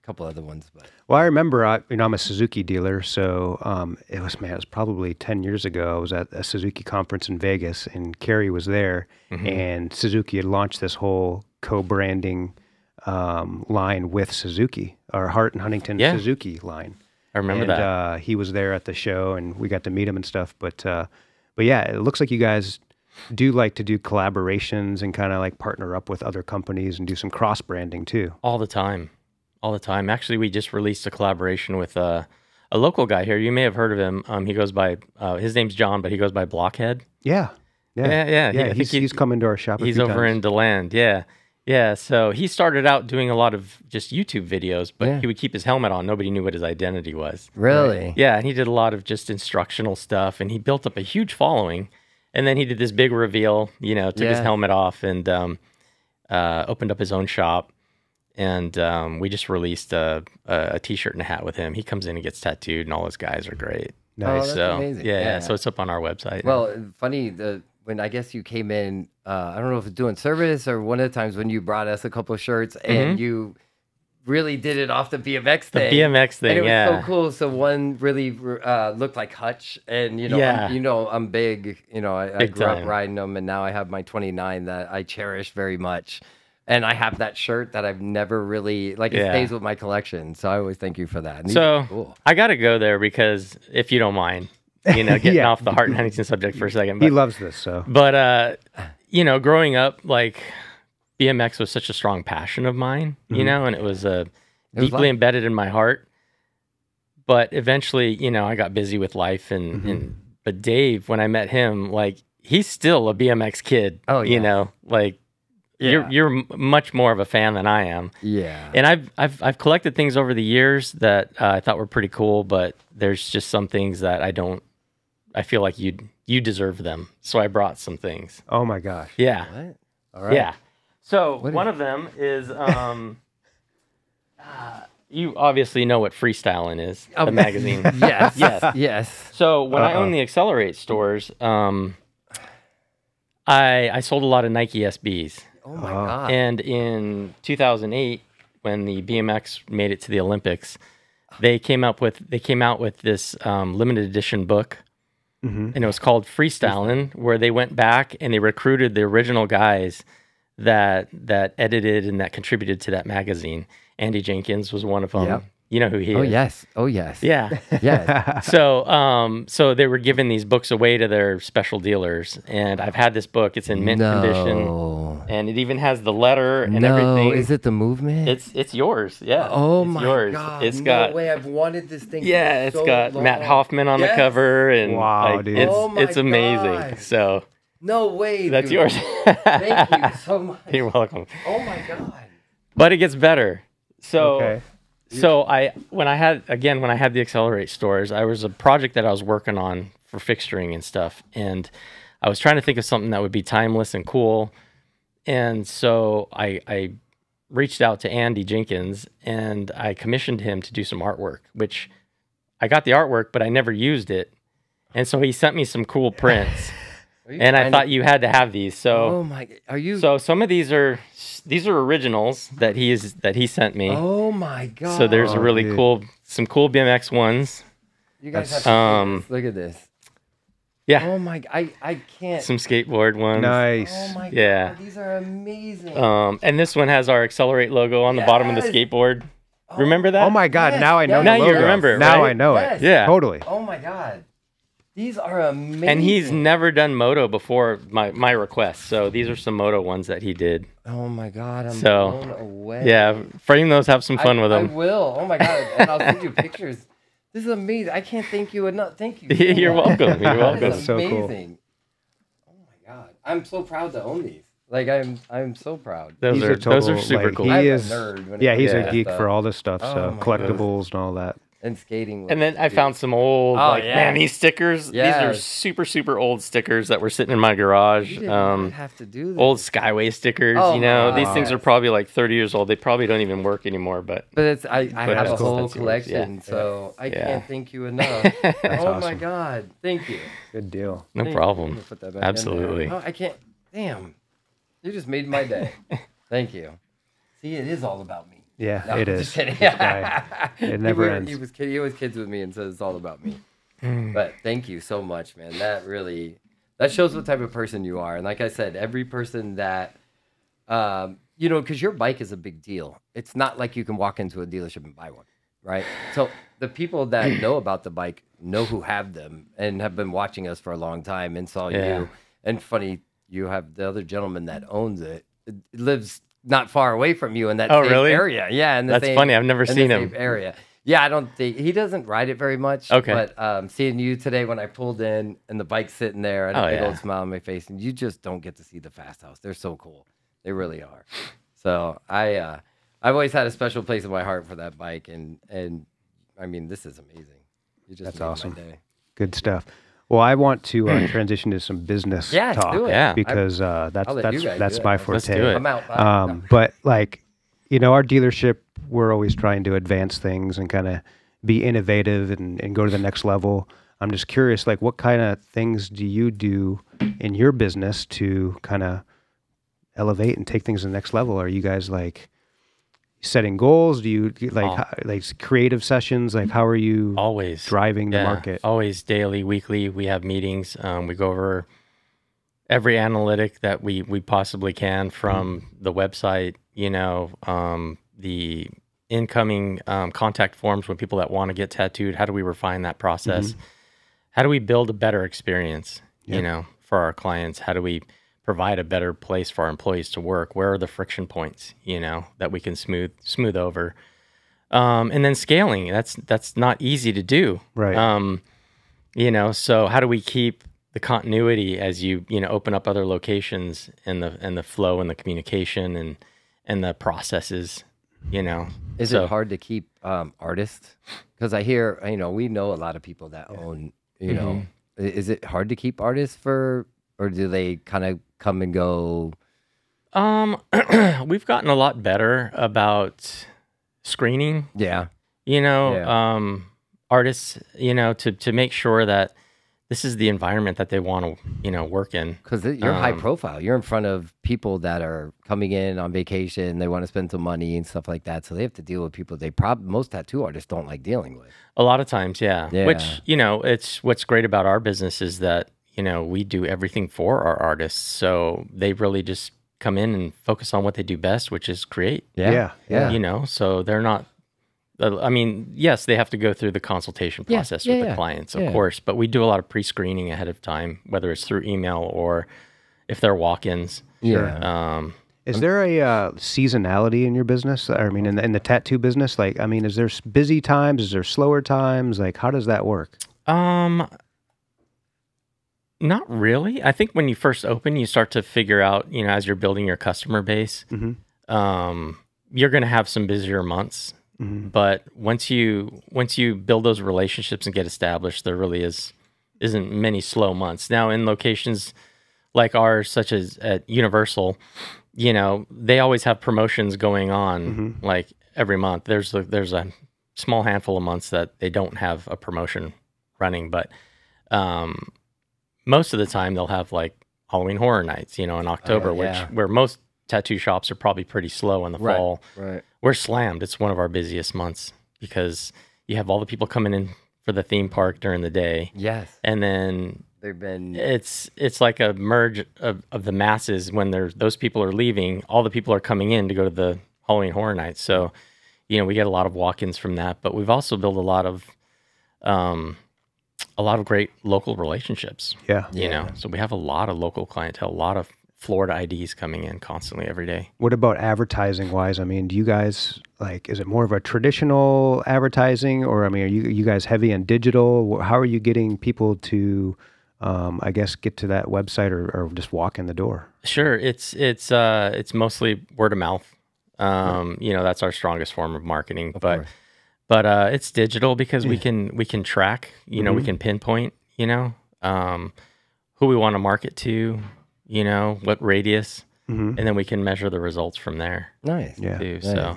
S4: couple other ones, but
S2: Well, I remember, I, you know, I'm a Suzuki dealer, so um, it was man, it was probably ten years ago. I was at a Suzuki conference in Vegas, and Kerry was there,
S3: Mm-hmm.
S2: and Suzuki had launched this whole co-branding um, line with Suzuki, our Hart and Huntington
S3: Yeah.
S2: Suzuki line.
S3: I remember
S2: and,
S3: that.
S2: Uh, he was there at the show, and we got to meet him and stuff. But uh, but yeah, it looks like you guys do like to do collaborations and kind of like partner up with other companies and do some cross branding too.
S3: All the time. All the time. Actually, we just released a collaboration with uh, a local guy here. You may have heard of him. Um, he goes by, uh, his name's John, but he goes by Blockhead.
S2: Yeah. Yeah,
S3: Yeah, yeah. He- I
S2: yeah.
S3: think
S2: he's,
S3: he-
S2: he's come into our shop. A
S3: He's
S2: few
S3: over
S2: times.
S3: in DeLand. Yeah. Yeah. So he started out doing a lot of just YouTube videos, but
S4: Yeah.
S3: he would keep his helmet on. Nobody knew what his identity was.
S4: really,
S3: Yeah. And he did a lot of just instructional stuff and he built up a huge following. And then he did this big reveal, you know, took his
S4: Yeah.
S3: helmet off and um, uh, opened up his own shop. And um, we just released a, a, a t shirt and a hat with him. He comes in and gets tattooed, and all his guys are great.
S4: Oh,
S2: Nice.
S4: that's
S3: so,
S4: amazing.
S3: Yeah, yeah.
S4: Yeah.
S3: So it's up on our website.
S4: Well, funny the when I guess you came in, uh, I don't know if it's doing service or one of the times when you brought us a couple of shirts
S3: Mm-hmm.
S4: and you really did it off the BMX thing.
S3: BMX
S4: and
S3: thing,
S4: it was
S3: yeah.
S4: so cool. So one really uh, looked like Hutch, and you know,
S3: Yeah.
S4: I'm, you know, I'm big. You know, I, I
S3: Big
S4: grew
S3: time.
S4: up riding them, and now I have my 29 that I cherish very much. And I have that shirt that I've never really like. It
S3: Yeah.
S4: stays with my collection, so I always thank you for that. And these
S3: so
S4: are cool.
S3: I got to go there because if you don't mind, you know, getting
S2: Yeah.
S3: off the Hart and Huntington subject for a second.
S2: He
S3: but-
S2: loves this, so
S3: but uh you know growing up like bmx was such a strong passion of mine you know and it was uh,
S4: Mm-hmm. was
S3: deeply
S4: life.
S3: embedded in my heart but eventually you know i got busy with life and,
S4: Mm-hmm.
S3: and but dave when i met him like he's still a bmx kid
S4: Oh, yeah.
S3: you know like you're you're m- much more of a fan than i am
S4: Yeah,
S3: and I've I've I've collected things over the years that uh, I thought were pretty cool, but there's just some things that I don't. I feel like you you deserve them, so I brought some things.
S2: oh my gosh.
S3: Yeah,
S4: What? All right.
S3: yeah. So
S4: What
S3: one
S4: is-
S3: of them is um, uh, you obviously know what freestyling is, the magazine.
S4: Oh. Yes. Uh-huh.
S3: Yes.
S4: Yes.
S3: So when I owned the Accelerate stores, um, I I sold a lot of Nike SBs.
S4: Oh my god.
S3: And in 2008, when the BMX made it to the Olympics, they came up with they came out with this um, limited edition book,
S4: Mm-hmm.
S3: and it was called Freestyling, where they went back and they recruited the original guys that that edited and that contributed to that magazine. Andy Jenkins was one of them.
S4: Yep.
S3: You know who he
S4: Oh
S3: is?
S4: yes. Oh yes.
S3: Yeah.
S4: Yes.
S3: so um so they were giving these books away to their special dealers and I've had this book. It's in mint condition
S4: no.
S3: and it even has the letter and
S4: no.
S3: everything.
S4: Is it the movement?
S3: It's it's yours. Yeah.
S4: oh
S3: it's
S4: my
S3: yours.
S4: god.
S3: It's
S4: no
S3: got
S4: way. I've wanted this thing.
S3: yeah.
S4: it
S3: It's
S4: so
S3: got Matt
S4: long.
S3: Hoffman on
S4: Yes.
S3: the cover and
S2: Wow,
S3: like,
S2: dude.
S3: it's
S4: Oh my
S3: it's amazing.
S4: God.
S3: So
S4: No way.
S3: that's
S4: dude.
S3: yours.
S4: Thank you so much.
S3: You're welcome.
S4: Oh my god.
S3: But it gets better. So
S2: Okay.
S3: so I when I had again when I had the Accelerate stores, I was a project that I was working on for fixturing and stuff, and I was trying to think of something that would be timeless and cool. And so I I reached out to Andy Jenkins and I commissioned him to do some artwork, which I got the artwork, but I never used it. And so he sent me some cool prints. and I
S4: trying
S3: thought you had to have these.
S4: Oh
S3: So
S4: my. Are you?
S3: so some of these are these are originals that he is that he sent me.
S4: oh my god.
S3: So there's a really
S2: Oh, dude.
S3: cool, some cool BMX ones.
S4: You guys
S2: that's-
S4: have to see
S3: um,
S4: this. Look at this.
S3: Yeah,
S4: Oh my. I I can't.
S3: some skateboard ones.
S2: Nice.
S4: oh my
S3: yeah.
S4: god. These are amazing.
S3: Um, and this one has our Accelerate logo on the bottom of the
S4: Yes!
S3: skateboard. Remember that?
S2: Oh my God!
S4: Yes,
S2: Now I know.
S4: yes.
S2: the
S3: Now you
S2: logo.
S3: remember,
S2: Now
S3: right?
S2: I know
S4: Yes.
S2: it.
S3: Yeah.
S2: Totally.
S4: oh my god. These are amazing.
S3: And he's never done moto before my my request. So these are some moto ones that he did.
S4: Oh my god. I'm
S3: So,
S4: blown away.
S3: Yeah, frame those. Have some fun
S4: I,
S3: with
S4: I
S3: them.
S4: will. Oh my god! And I'll send you pictures. This is amazing. I can't thank you enough. Thank you. so
S3: You're
S4: much.
S3: welcome. You're
S4: That is
S3: welcome.
S2: so cool.
S4: amazing. Oh my god! I'm so proud to own these. Like I'm, I'm so proud.
S3: Those
S2: He's a
S3: are those are
S2: total,
S3: super
S2: like,
S3: cool.
S2: He
S4: I'm a
S2: is.
S4: nerd when it
S2: yeah, he's a
S3: to
S4: comes that
S2: geek
S4: stuff.
S2: for all this stuff.
S4: Oh
S2: so
S4: my
S2: collectibles and all that.
S4: and skating. was-
S3: And then I found some old,
S4: Oh,
S3: like,
S4: yeah.
S3: man, these stickers. These are
S4: Yes.
S3: super, super old stickers that were sitting in my garage.
S4: You did not
S3: Um,
S4: have to do that.
S3: old Skyway stickers.
S4: Oh
S3: you know,
S4: my
S3: these things are
S4: goodness.
S3: probably like 30 years old. They probably don't even work anymore. But
S4: But it's I, I
S3: But
S4: have a
S3: that's cool.
S4: whole
S3: That's yours,
S4: collection, so I
S3: Yeah.
S4: can't thank you enough. oh my
S2: awesome.
S4: god, thank you.
S2: Good deal.
S3: no
S4: Thank you. I'm
S3: problem.
S4: gonna put that back in there.
S3: Absolutely.
S4: Oh, I can't. Damn, you just made my day. thank you. See, it is all about me.
S2: Yeah,
S4: No,
S2: it
S4: I'm
S2: is.
S4: just kidding.
S2: This guy, it never
S4: he, were-
S2: ends.
S4: He was kid, he always kids with me and says it's all about me.
S3: Mm.
S4: but thank you so much, man. That really that shows what type of person you are. And like I said, every person that um, you know, because your bike is a big deal. It's not like you can walk into a dealership and buy one, right? So the people that know about the bike know who have them and have been watching us for a long time and saw
S3: Yeah.
S4: you. And funny, you have the other gentleman that owns it lives not far away from you in that
S3: Oh,
S4: same
S3: really?
S4: area. Yeah, in the
S3: That's
S4: same-
S3: funny. I've never
S4: in the
S3: seen
S4: same
S3: him.
S4: area. Yeah, I don't think he doesn't ride it very much.
S3: Okay.
S4: but um, seeing you today when I pulled in and the bike's sitting there and
S3: Oh,
S4: a big
S3: yeah.
S4: old smile on my face, and you just don't get to see the fast house. They're so cool. They really are. So I, uh, I've always had a special place in my heart for that bike, and and I mean this is amazing. You just
S2: That's
S4: made my
S2: awesome.
S4: day.
S2: Good stuff. Well, I want to uh, transition to some business
S4: Yeah, let's
S2: talk
S4: do it.
S3: Yeah.
S2: because uh, that's
S4: I'll let you
S2: that's
S4: guys
S2: that's
S4: do it.
S2: my
S4: Let's
S2: forte.
S3: do it.
S4: I'm out. Bye.
S2: Um, but like, you know, our dealership, we're always trying to advance things and kind of be innovative and, and go to the next level. I'm just curious, like, what kind of things do you do in your business to kind of elevate and take things to the next level? Are you guys like setting goals? Do you like
S3: All-
S2: how, like creative sessions? Like, how are you
S3: Always.
S2: driving the
S3: Yeah,
S2: market?
S3: Always daily, weekly. We have meetings. Um, we go over every analytic that we we possibly can from
S2: Mm-hmm.
S3: the website. You know, um, the incoming um, contact forms when people that want to get tattooed. How do we refine that
S2: Mm-hmm.
S3: process? How do we build a better experience? You know, for our clients. How do we provide a better place for our employees to work? Where are the friction points? You know, that we can smooth smooth over. Um, and then scaling. That's that's not easy to do
S2: Right.
S3: um you know so how do we keep the continuity as you you know open up other locations and the and the flow and the communication and and the processes you know
S4: Is
S3: so,
S4: it hard to keep um, artists? Because I hear, you know, we know a lot of people that own, you know,
S3: Mm-hmm.
S4: I- is it hard to keep artists for, or do they kind of come and go?
S3: um we've gotten a lot better about screening
S4: Yeah.
S3: you know
S4: Yeah.
S3: um artists you know to to make sure that this is the environment that they want to you know work in
S4: Because you're high
S3: Um,
S4: profile. You're in front of people that are coming in on vacation. They want to spend some money and stuff like that. So they have to deal with people they probably, most tattoo artists don't like dealing with.
S3: A lot of times, yeah.
S4: Yeah.
S3: Which, you know, it's what's great about our business is that, you know, we do everything for our artists. So they really just come in and focus on what they do best, which is create,
S2: Yeah,
S4: Yeah.
S3: you know? So they're not, uh, I mean, yes, they have to go through the consultation
S4: Yeah,
S3: process
S4: yeah,
S3: with the
S4: yeah,
S3: clients, of
S4: yeah.
S3: course, but we do a lot of pre screening ahead of time, whether it's through email or if they're walk ins.
S4: Yeah.
S3: Um,
S2: Is there a uh, seasonality in your business? I mean, in the, in the tattoo business, like, I mean, is there s- busy times? Is there slower times? Like, how does that work?
S3: Um, not really. I think when you first open, you start to figure out, you know, as you're building your customer base,
S2: Mhm.
S3: um, you're going to have some busier months. But once you once you build those relationships and get established, there really is isn't many slow months. Now in locations like ours, such as at Universal, you know, they always have promotions going on like every month. There's a, there's a small handful of months that they don't have a promotion running, but um, most of the time they'll have like Halloween Horror Nights, you know, in October,
S4: yeah.
S3: which where most tattoo shops are probably pretty slow in the
S4: Right.
S3: fall.
S4: Right.
S3: We're slammed. It's one of our busiest months because you have all the people coming in for the theme park during the day.
S4: Yes. Eh,
S3: And then
S4: They've been,
S3: it's it's like a merge of, of the masses when there's those people are leaving all the people are coming in to go to the halloween horror night so you know we get a lot of walk-ins from that but we've also built a lot of um a lot of great local relationships
S2: Yeah.
S3: you know so we have a lot of local clientele a lot of florida ids coming in constantly every day
S2: What about advertising wise? I mean, do you guys like, is it more of a traditional advertising or, I mean, are you, you guys heavy on digital? Wh- How are you getting people to, um, I guess, get to that website or, or just walk in the door?
S3: Sure, it's it's uh it's mostly word of mouth. Um, you know, that's our strongest form of marketing, but but uh, it's digital because we can we can track. You know, we
S2: Mm-hmm.
S3: can pinpoint. You know, um, who we want to market to. You know, what radius, and then we can measure the results from there
S4: Nice.
S2: Mm-hmm. Yeah.
S3: too. So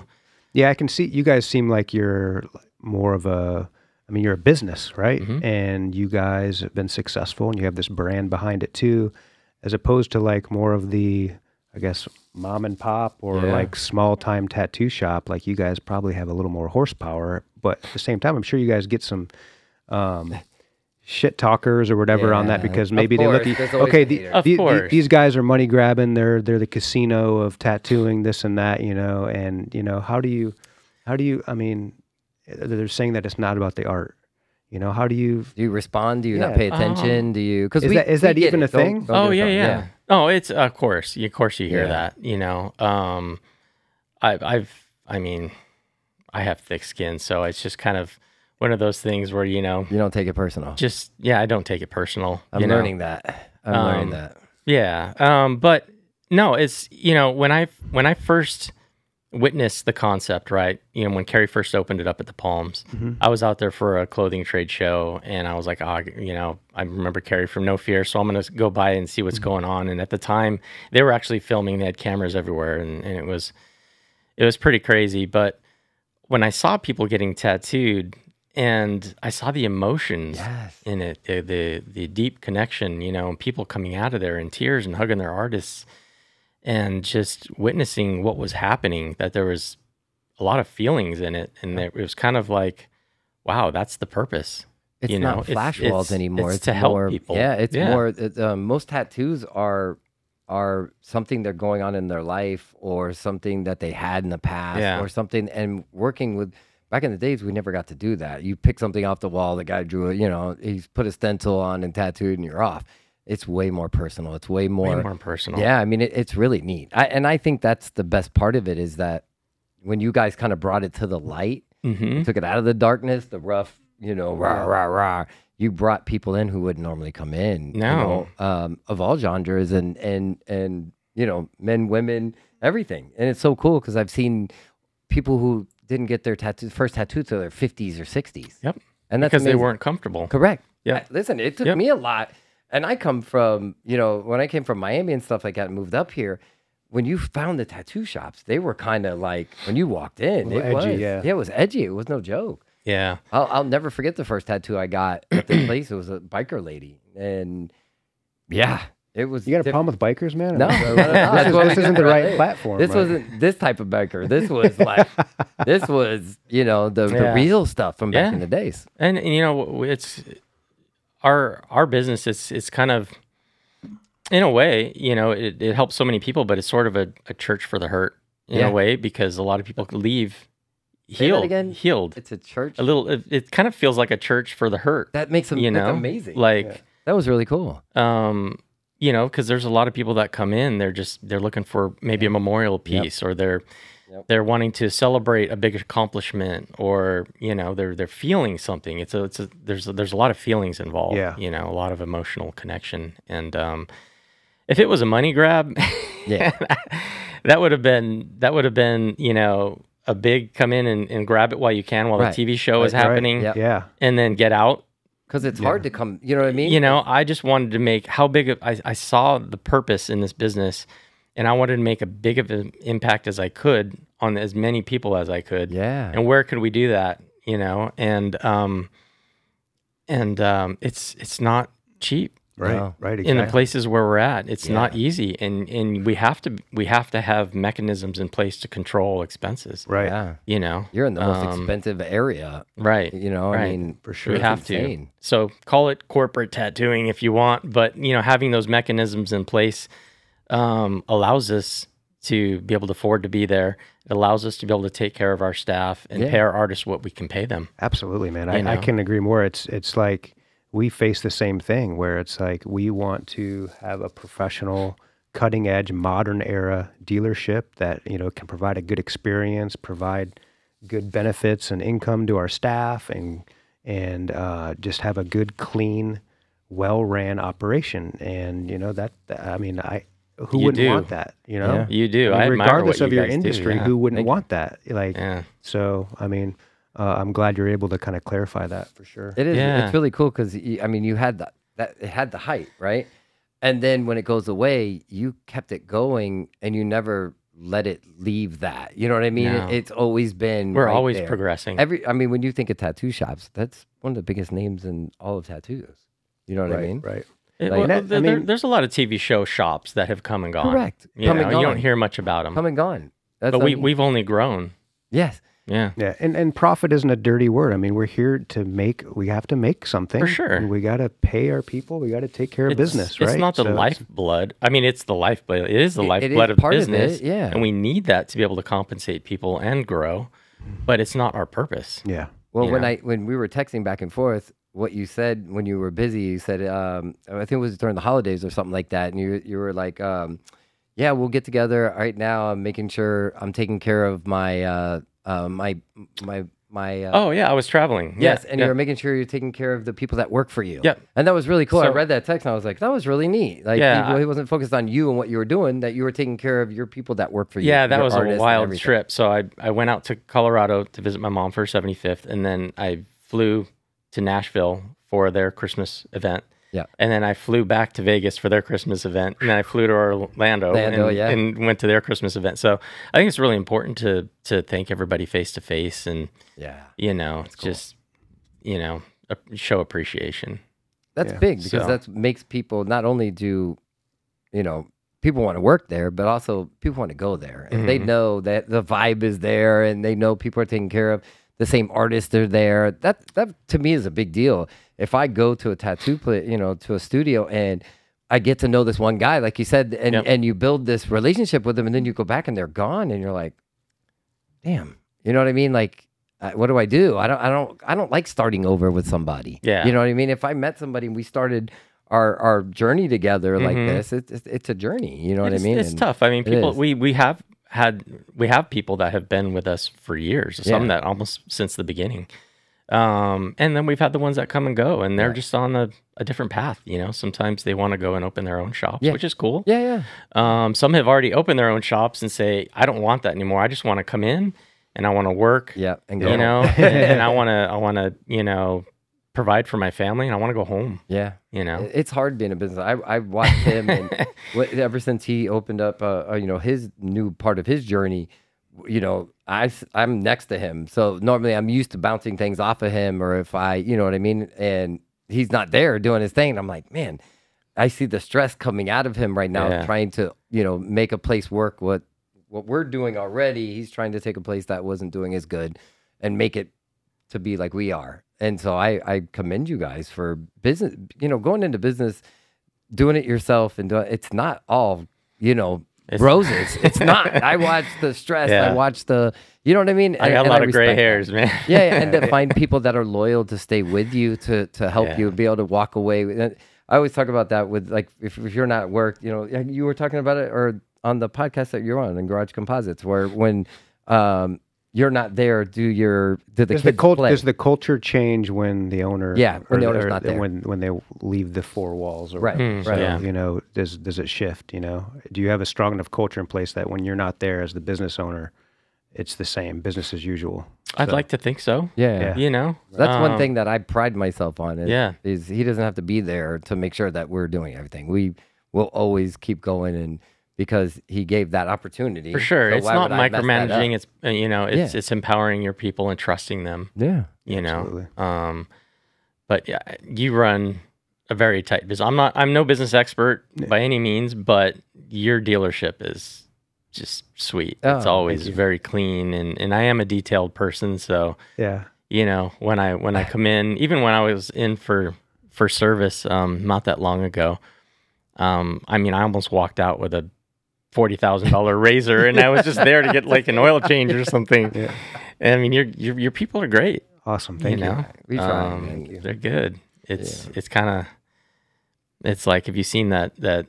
S2: Yeah, I can see you guys seem like you're more of a I mean, you're a business, right? And you guys have been successful and you have this brand behind it too, as opposed to like more of the I guess mom and pop or
S4: Yeah.
S2: like small time tattoo shop. Like you guys probably have a little more horsepower, but at the same time I'm sure you guys get some um shit talkers or whatever on that
S4: Yeah.
S2: because
S4: Of
S2: maybe
S4: course,
S2: they look
S4: there's
S2: at,
S4: always
S2: okay
S4: a
S2: the,
S4: hater.
S3: Of
S2: the- the-
S3: course.
S2: these guys are money grabbing they're they're the casino of tattooing this and that you know and you know how do you how do you i mean they're saying that it's not about the art you know how do you
S4: Do you respond? Do you not
S2: Yeah.
S4: pay attention? Do you? Because
S2: Is that- is that even a thing?
S3: Um, Oh yeah, yeah, Oh, it's of course. Of course, you hear that. You know, um, I, I've. I mean, I have thick skin, so it's just kind of one of those things where you know,
S4: You don't take it personal.
S3: just yeah, I don't take it personal.
S4: I'm
S3: you know?
S4: learning that. I'm learning
S3: Um,
S4: that.
S3: Yeah, um, but no, it's you know when I when I first witnessed the concept, right? You know when Carrie first opened it up at the Palms,
S4: Mm-hmm.
S3: I was out there for a clothing trade show, and I was like, ah, you know, I remember Carrie from No Fear, so I'm gonna go by and see what's
S4: Mm-hmm.
S3: going on. And at the time, they were actually filming; they had cameras everywhere, and, and it was it was pretty crazy. But when I saw people getting tattooed, and I saw the emotions
S4: Yes.
S3: in it the, the the deep connection you know and people coming out of there in tears and hugging their artists and just witnessing what was happening that there was a lot of feelings in it and that it was kind of like wow that's the purpose
S4: It's
S3: you know,
S4: not
S3: it's-
S4: flash
S3: it's-
S4: walls anymore.
S3: it's to help
S4: more,
S3: people.
S4: Yeah, it's
S3: Yeah.
S4: more. It, um, most tattoos are are something they're going on in their life or something that they had in the past
S3: Yeah.
S4: or something. And working with back in the days, we never got to do that. You pick something off the wall. The guy drew it. You know, he's put a stencil on and tattooed, and you're off. It's way more personal. It's way more.
S3: way more personal
S4: Yeah, I mean, it, it's really neat. I, and I think that's the best part of it is that when you guys kind of brought it to the light,
S3: hmm
S4: took it out of the darkness, the rough, you know, rah, rah, rah. You brought people in who wouldn't normally come in. you
S3: No.
S4: know, um, of all genres and, and, and, you know, men, women, everything. And it's so cool because I've seen people who didn't get their tattoo, first tattoo till their 50s or 60s.
S3: yep
S4: And that's
S3: because they
S4: amazing.
S3: weren't comfortable
S4: Correct.
S3: Yeah.
S4: I- Listen, it took
S3: Yep.
S4: me a lot. And I come from, you know, when I came from Miami and stuff like that and moved up here, when you found the tattoo shops, they were kind of like, when you walked in, it
S2: little edgy,
S4: was,
S2: yeah.
S4: it was edgy. It was no joke.
S3: yeah
S4: I'll, I'll never forget the first tattoo I got at this place. It was a biker lady. And yeah, it was.
S2: you got a
S4: diff-
S2: problem with bikers man
S4: No,
S2: this,
S4: no, no, no, that's
S2: is,
S4: what
S2: this
S4: we
S2: isn't
S4: do
S2: the right
S4: there.
S2: platform
S4: This
S2: right?
S4: wasn't this type of biker. This was like, this was, you know, the, the
S3: Yeah.
S4: real stuff from back
S3: Yeah.
S4: in the days.
S3: and, and, you know w- it's our our business it's it's kind of in a way you know it, it helps so many people but it's sort of a, a church for the hurt in
S4: Yeah.
S3: a way because a lot of people leave
S4: that
S3: healed
S4: again.
S3: healed
S4: It's a church.
S3: a little it, it kind of feels like a church for the hurt
S4: That makes them,
S3: you know
S4: that's amazing.
S3: like
S4: That was really cool.
S3: um you know because there's a lot of people that come in they're just they're looking for maybe a memorial piece or they're they're wanting to celebrate a big accomplishment or you know they're they're feeling something it's a it's a there's a, there's a lot of feelings involved
S2: Yeah.
S3: you know a lot of emotional connection and um if it was a money grab
S4: Yeah.
S3: that would have been that would have been you know a big come in and, and grab it while you can while
S4: Right.
S3: the tv show is
S2: Right.
S3: happening
S4: Yep.
S2: yeah
S3: and then get out
S4: Because it's hard to come, you know what I mean?
S3: you know, I just wanted to make how big of I, I saw the purpose in this business and I wanted to make a big of an impact as I could on as many people as I could.
S4: Yeah.
S3: And where could we do that? You know, and um and um it's it's not cheap
S2: right
S4: No.
S2: right
S3: in
S2: exactly.
S3: the places where we're at. It's not easy and and we have to we have to have mechanisms in place to control expenses.
S2: right
S4: yeah.
S3: You know.
S4: You're in the most
S3: Um,
S4: expensive area.
S3: Right.
S4: You know, I
S3: right.
S4: mean, for
S3: we have to. So call it corporate tattooing if you want, but you know, having those mechanisms in place um, allows us to be able to afford to be there. It allows us to be able to take care of our staff and
S4: Yeah.
S3: pay our artists what we can pay them.
S2: Absolutely, man. I, I
S3: know?
S2: can agree more. It's it's like we face the same thing where it's like we want to have a professional, cutting edge, modern era dealership that you know can provide a good experience, provide good benefits and income to our staff, and and uh, just have a good, clean, well ran operation. And you know that, that- I mean I. Who
S3: You
S2: wouldn't
S3: do.
S2: want that? You know,
S3: You do. I admire
S2: regardless
S3: what
S2: of
S3: you
S2: your
S3: guys do,
S2: industry,
S3: yeah.
S2: who wouldn't want that? Like,
S3: Yeah.
S2: so I mean, uh, I'm glad you're able to kind of clarify that for sure.
S4: It is.
S3: Yeah.
S4: It's really cool because I mean, you had that that it had the height, right? And then when it goes away, you kept it going, and you never let it leave that. You know what I mean?
S3: No.
S4: It, it's always been.
S3: We're
S4: right
S3: always
S4: there.
S3: progressing.
S4: Every. I mean, when you think of tattoo shops, that's one of the biggest names in all of tattoos. You know what
S2: right,
S4: I mean?
S2: right.
S3: It-
S4: like-
S3: well,
S2: that- I
S3: there- there-
S2: mean-
S3: there's a lot of TV show shops that have come and gone.
S4: Correct.
S3: You,
S4: Come
S3: know,
S4: and
S3: you don't
S4: gone.
S3: hear much about them.
S4: Come and gone. That's
S3: but we,
S4: un-
S3: we've only grown.
S4: yes.
S3: Yeah.
S2: Yeah, and and profit isn't a dirty word. I mean, we're here to make. We have to make something
S3: For sure.
S2: and we got to pay our people. We got to take care of
S3: It's-
S2: business.
S3: It's
S2: right?
S3: not the
S2: So it's-
S3: lifeblood. I mean, it's the lifeblood. It is the
S4: It- it is
S3: lifeblood of
S4: part of
S3: business.
S4: it, yeah.
S3: And we need that to be able to compensate people and grow, but it's not our purpose.
S2: Yeah,
S4: Well, when
S3: Yeah.
S4: I when we were texting back and forth, what you said when you were busy, you said um, I think it was during the holidays or something like that, and you you were like, um, "Yeah, we'll get together." Right now, I'm making sure I'm taking care of my uh, uh, my my my. Uh,
S3: Oh, yeah. I was traveling. Yeah,
S4: Yes, and
S3: yeah.
S4: you were making sure you're taking care of the people that work for you.
S3: Yep.
S4: and that was really cool. I
S3: So-
S4: read that text and I was like, that was really neat. Like,
S3: Yeah,
S4: he,
S3: I-
S4: he wasn't focused on you and what you were doing; that you were taking care of your people that work for you.
S3: Yeah, that
S4: your
S3: was
S4: artists
S3: a
S4: and
S3: wild
S4: everything.
S3: trip. So I, I went out to Colorado to visit my mom for her 75th, and then I flew to Nashville for their Christmas event.
S4: Yeah.
S3: And then I flew back to Vegas for their Christmas event, and then I flew to Orlando,
S4: Orlando,
S3: and,
S4: yeah.
S3: and went to their Christmas event. So I think it's really important to to thank everybody face to face, and
S4: Yeah,
S3: you know, just you know, ap- show appreciation.
S4: That's
S2: Yeah.
S4: big because
S3: So-
S4: that makes people not only do, you know, people want to work there, but also people want to go there. And they know that the vibe is there and they know people are taken care of. The same artists are there. That that to me is a big deal. If I go to a tattoo place, you know, to a studio and I get to know this one guy, like you said, and,
S3: Yep.
S4: and you build this relationship with them, and then you go back and they're gone, and you're like, damn, you know what I mean? Like, uh, what do I do? I don't, I don't, I don't like starting over with somebody.
S3: Yeah.
S4: you know what I mean. If I met somebody and we started our our journey together like
S3: Mhm.
S4: this, it's it's it's a journey. You know what
S3: it's,
S4: I mean?
S3: It's
S4: And-
S3: tough. I mean,
S4: it
S3: people
S4: is.
S3: we we have had we have people that have been with us for years. Some that almost since the beginning. Um, and then we've had the ones that come and go, and they're just on a, a different path. You know, sometimes they want to go and open their own shops,
S4: Yeah.
S3: which is cool.
S4: Yeah, yeah.
S3: Um, some have already opened their own shops and say, I don't want that anymore. I just want to come in and I want to work.
S4: Yeah, and go.
S3: You know, and, and I want to, I want to, you know, provide for my family, and I want to go home.
S4: Yeah.
S3: You know,
S4: It- It's hard being a business. I I watched him, and what, ever since he opened up, uh, uh, you know, his new part of his journey, w- you know, I am next to him, so normally I'm used to bouncing things off of him, or if I, you know what I mean, and he's not there doing his thing, and I'm like, man, I see the stress coming out of him right now,
S3: Yeah.
S4: trying to, you know, make a place work. What what we're doing already, he's trying to take a place that wasn't doing as good, and make it to be like we are. And so I, I commend you guys for business, you know, going into business, doing it yourself and doing, it's not all, you know,
S3: It's-
S4: roses. it's not. I watch the stress. I
S3: Yeah.
S4: watch the, you know what I mean?
S3: I
S4: And-
S3: got
S4: and
S3: a lot of gray
S4: respect that.
S3: hairs, man.
S4: Yeah, yeah, and to find people that are loyal to stay with you, to to help
S3: Yeah.
S4: you, be able to walk away. with it. I always talk about that with like if, if you're not at work, you know, like you were talking about it or on the podcast that you're on in Garage Composites, where when um, you're not there, do your do the
S2: does the
S4: kids
S2: cult
S4: play?
S2: does the culture change when the owner
S4: Yeah, when the
S2: or-
S4: owner's
S2: or
S4: not there.
S2: when when they leave the four walls or
S4: Right,
S2: whatever.
S4: right.
S2: So,
S3: Mm, Yeah.
S2: you know does does it shift you know do you have a strong enough culture in place that when you're not there as the business owner it's the same business as usual
S3: I'd
S2: So-
S3: like to think so.
S4: yeah.
S2: Yeah.
S3: You know,
S4: That's one
S3: Um,
S4: thing that I pride myself on. Is,
S3: yeah.
S4: is he doesn't have to be there to make sure that we're doing everything. We will always keep going, and because he gave that opportunity
S3: for sure.
S4: so
S3: it's
S4: why
S3: not
S4: would I mess that
S3: micromanaging.
S4: up?
S3: It's uh, you know, it's it's empowering your people and trusting them.
S4: Yeah,
S3: You
S2: Absolutely.
S3: know, um, but yeah, you run a very tight business. I'm not. I'm no business expert by any means, but your dealership is just sweet.
S4: Oh,
S3: it's
S4: thank
S3: always very clean, and and I am a detailed person, so
S2: yeah
S3: you know when i when i come in even when i was in for for service um not that long ago um i mean i almost walked out with a $40,000 razor and i was just there to get like an oil change or something And, i mean your your, your people are great
S2: awesome thank
S3: you
S2: you,
S3: know
S4: we try.
S3: Um,
S4: Thank you.
S3: they're good it's it's kind of it's like have you seen that that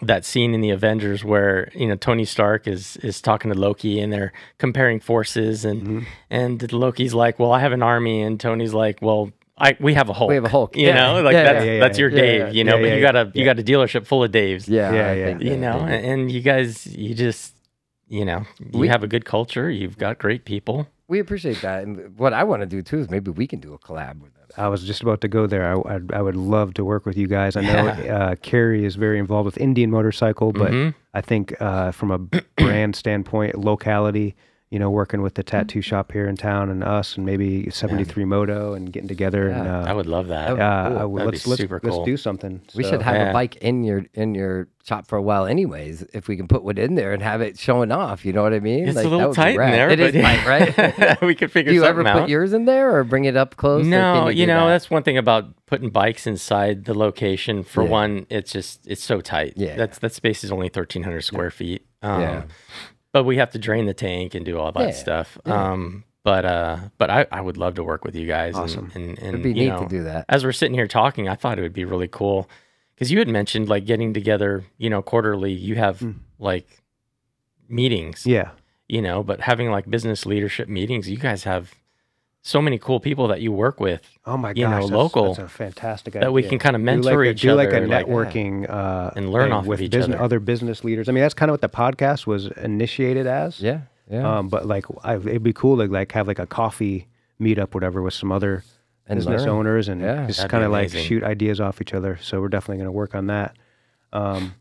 S3: that scene in the Avengers where you know Tony Stark is is talking to Loki and they're comparing forces
S2: Mm-hmm.
S3: and and Loki's like, well, I have an army, and Tony's like, well, I we have a Hulk.
S4: We have a Hulk.
S3: You
S4: Yeah.
S3: know, like
S4: Yeah,
S3: that's
S2: yeah, yeah,
S3: that's your
S2: yeah.
S3: Dave.
S2: Yeah,
S3: you know,
S2: yeah,
S3: but
S2: yeah,
S3: you got a you got a dealership full of Daves.
S4: yeah,
S2: Yeah,
S4: I
S2: yeah.
S4: think
S3: You
S4: that-
S3: know, and, and you guys, you just you know, you
S4: We-
S3: have a good culture. You've got great people.
S4: we appreciate that. And what I want to do too is maybe we can do a collab with them.
S2: I was just about to go there. I, I, I would love to work with you guys. I know uh, Carrie is very involved with Indian Motorcycle, but
S3: Mm-hmm.
S2: I think uh, from a brand standpoint, locality, you know, working with the
S3: Mm-hmm.
S2: tattoo shop here in town and us, and maybe 73 Moto and getting together. And,
S3: I
S2: uh,
S3: would love that.
S2: yeah, I
S4: cool.
S2: would-
S3: That'd
S2: let's
S3: be
S2: let's,
S3: super
S2: let's
S3: cool.
S2: do something.
S4: We
S2: So-
S4: should have
S3: Yeah.
S4: a bike in your in your shop for a while, anyways. If we can put one in there and have it showing off, you know what I mean?
S3: It's
S4: Like,
S3: a
S4: that
S3: little
S4: would be
S3: tight in
S4: rad.
S3: there.
S4: It is
S3: but-
S4: tight, right?
S3: we could figure
S4: do you
S3: something
S4: ever
S3: out.
S4: put yours in there or bring it up close? or can
S3: no, you,
S4: do
S3: know
S4: that?
S3: that's one thing about putting bikes inside the location. For
S4: Yeah.
S3: one, it's just it's so tight.
S4: Yeah.
S3: that's that space is only thirteen hundred square feet. Um,
S4: Yeah.
S3: but we have to drain the tank and do all that
S4: Yeah,
S3: stuff. Um, but uh, but I, I would love to work with you guys.
S2: Awesome.
S3: And, and, and
S4: It'd be
S3: you
S4: neat
S3: know,
S4: to do that.
S3: as we're sitting here talking, I thought it would be really cool because you had mentioned like getting together, you know, quarterly. You have
S4: Mm.
S3: like meetings,
S2: mm. Yeah.
S3: you know, but having like business leadership meetings, you guys have so many cool people that you work with
S2: Oh my
S3: you know,
S2: gosh, that's-
S3: local
S2: That's, a fantastic idea.
S3: that we can kind of mentor
S2: do like a,
S3: each
S2: do like
S3: other,
S2: a
S3: like-
S2: networking uh,
S3: And learn
S2: thing
S3: off of
S2: with
S3: each
S2: business,
S3: other.
S2: business leaders. I mean, that's kind of what the podcast was initiated as.
S4: Yeah, yeah.
S2: Um, but like, I, it'd be cool to like have like a coffee meetup, whatever, with some other
S4: And
S2: business
S4: learn.
S2: owners, and
S4: Yeah.
S2: just
S3: That'd be
S2: kind of like
S3: amazing.
S2: shoot ideas off each other. So we're definitely going to work on that. Um,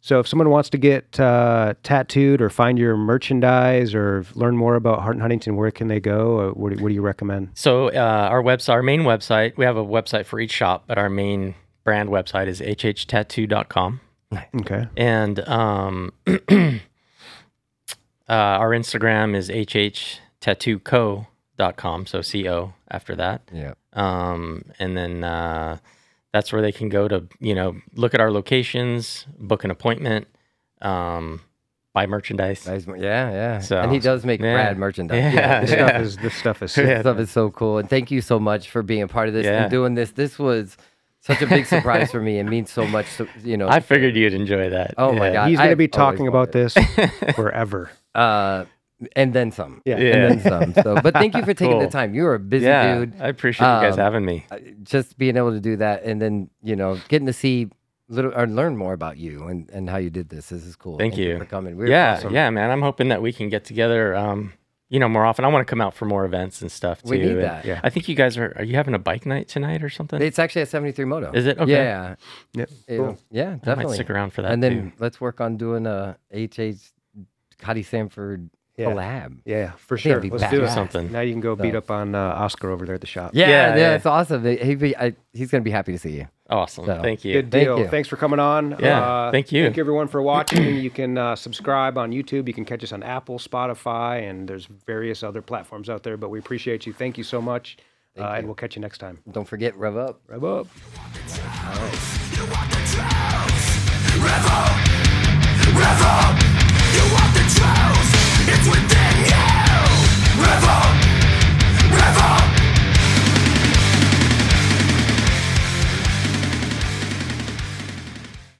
S2: so if someone wants to get uh, tattooed or find your merchandise or learn more about Hart and Huntington, where can they go? Or what, do, what do you recommend?
S3: So uh, our website, our main website, we have a website for each shop, but our main brand website is hhtattoo.com.
S2: Okay.
S3: And um, uh, our Instagram is hhtattooco.com. So C-O after that.
S4: yeah.
S3: Um, and then uh, that's where they can go to, you know, look at our locations, book an appointment, um, buy merchandise.
S4: Nice. Yeah, yeah.
S3: So-
S4: and he does make
S3: Yeah.
S4: rad merchandise.
S3: Yeah.
S2: This stuff is this stuff is sick.
S3: Yeah.
S4: stuff is so cool. And thank you so much for being a part of this
S3: Yeah.
S4: and doing this. This was such a big surprise for me and means so much. To, you know,
S3: I figured you'd enjoy that.
S4: Oh my God.
S2: He's going to
S4: I've
S2: be talking
S4: always
S2: about
S4: wanted
S2: this forever.
S4: uh, and then some.
S2: Yeah.
S4: And then some. So, but thank you for taking the
S3: Cool.
S4: time. You're a busy
S3: Yeah,
S4: dude.
S3: I appreciate you guys
S4: Um,
S3: having me.
S4: Uh, Just being able to do that, and then you know, getting to see little or learn more about you and, and how you did this. This is cool.
S3: Thank you.
S4: for coming. We're
S3: yeah,
S4: awesome.
S3: yeah, man. I'm hoping that we can get together, um, you know, more often. I want to come out for more events and stuff too.
S4: We need
S3: and
S4: that.
S2: Yeah.
S3: I think you guys are. Are you having a bike night tonight or something?
S4: It's actually a 73 Moto.
S3: Is it? Okay.
S4: Yeah.
S2: Yeah.
S4: It-
S2: Cool.
S4: Yeah,
S3: I
S4: definitely.
S3: might stick around for that.
S4: and
S3: too.
S4: then let's work on doing a HH Cotty Sanford
S2: Yeah.
S4: collab.
S2: Yeah, for
S4: I think
S2: sure.
S4: it'd be
S2: Let's do it.
S3: badass. Something.
S2: Now you can go beat
S4: So-
S2: up on uh, Oscar over there at the shop.
S4: Yeah,
S3: Yeah,
S4: yeah,
S3: yeah.
S4: it's awesome. He, he, I, he's gonna be happy to see you.
S3: awesome.
S4: So,
S3: Thank you.
S2: Good
S4: Thank
S2: deal.
S4: you.
S2: Thanks for coming on. Uh,
S3: Yeah, thank you.
S2: Thank everyone for watching. you can uh, subscribe on YouTube. You can catch us on Apple, Spotify, and there's various other platforms out there. But we appreciate you. Thank you so much, uh, and we'll catch you next time.
S4: Don't forget, rev up.
S2: Rev up.
S5: You want the truth? Revel, revel.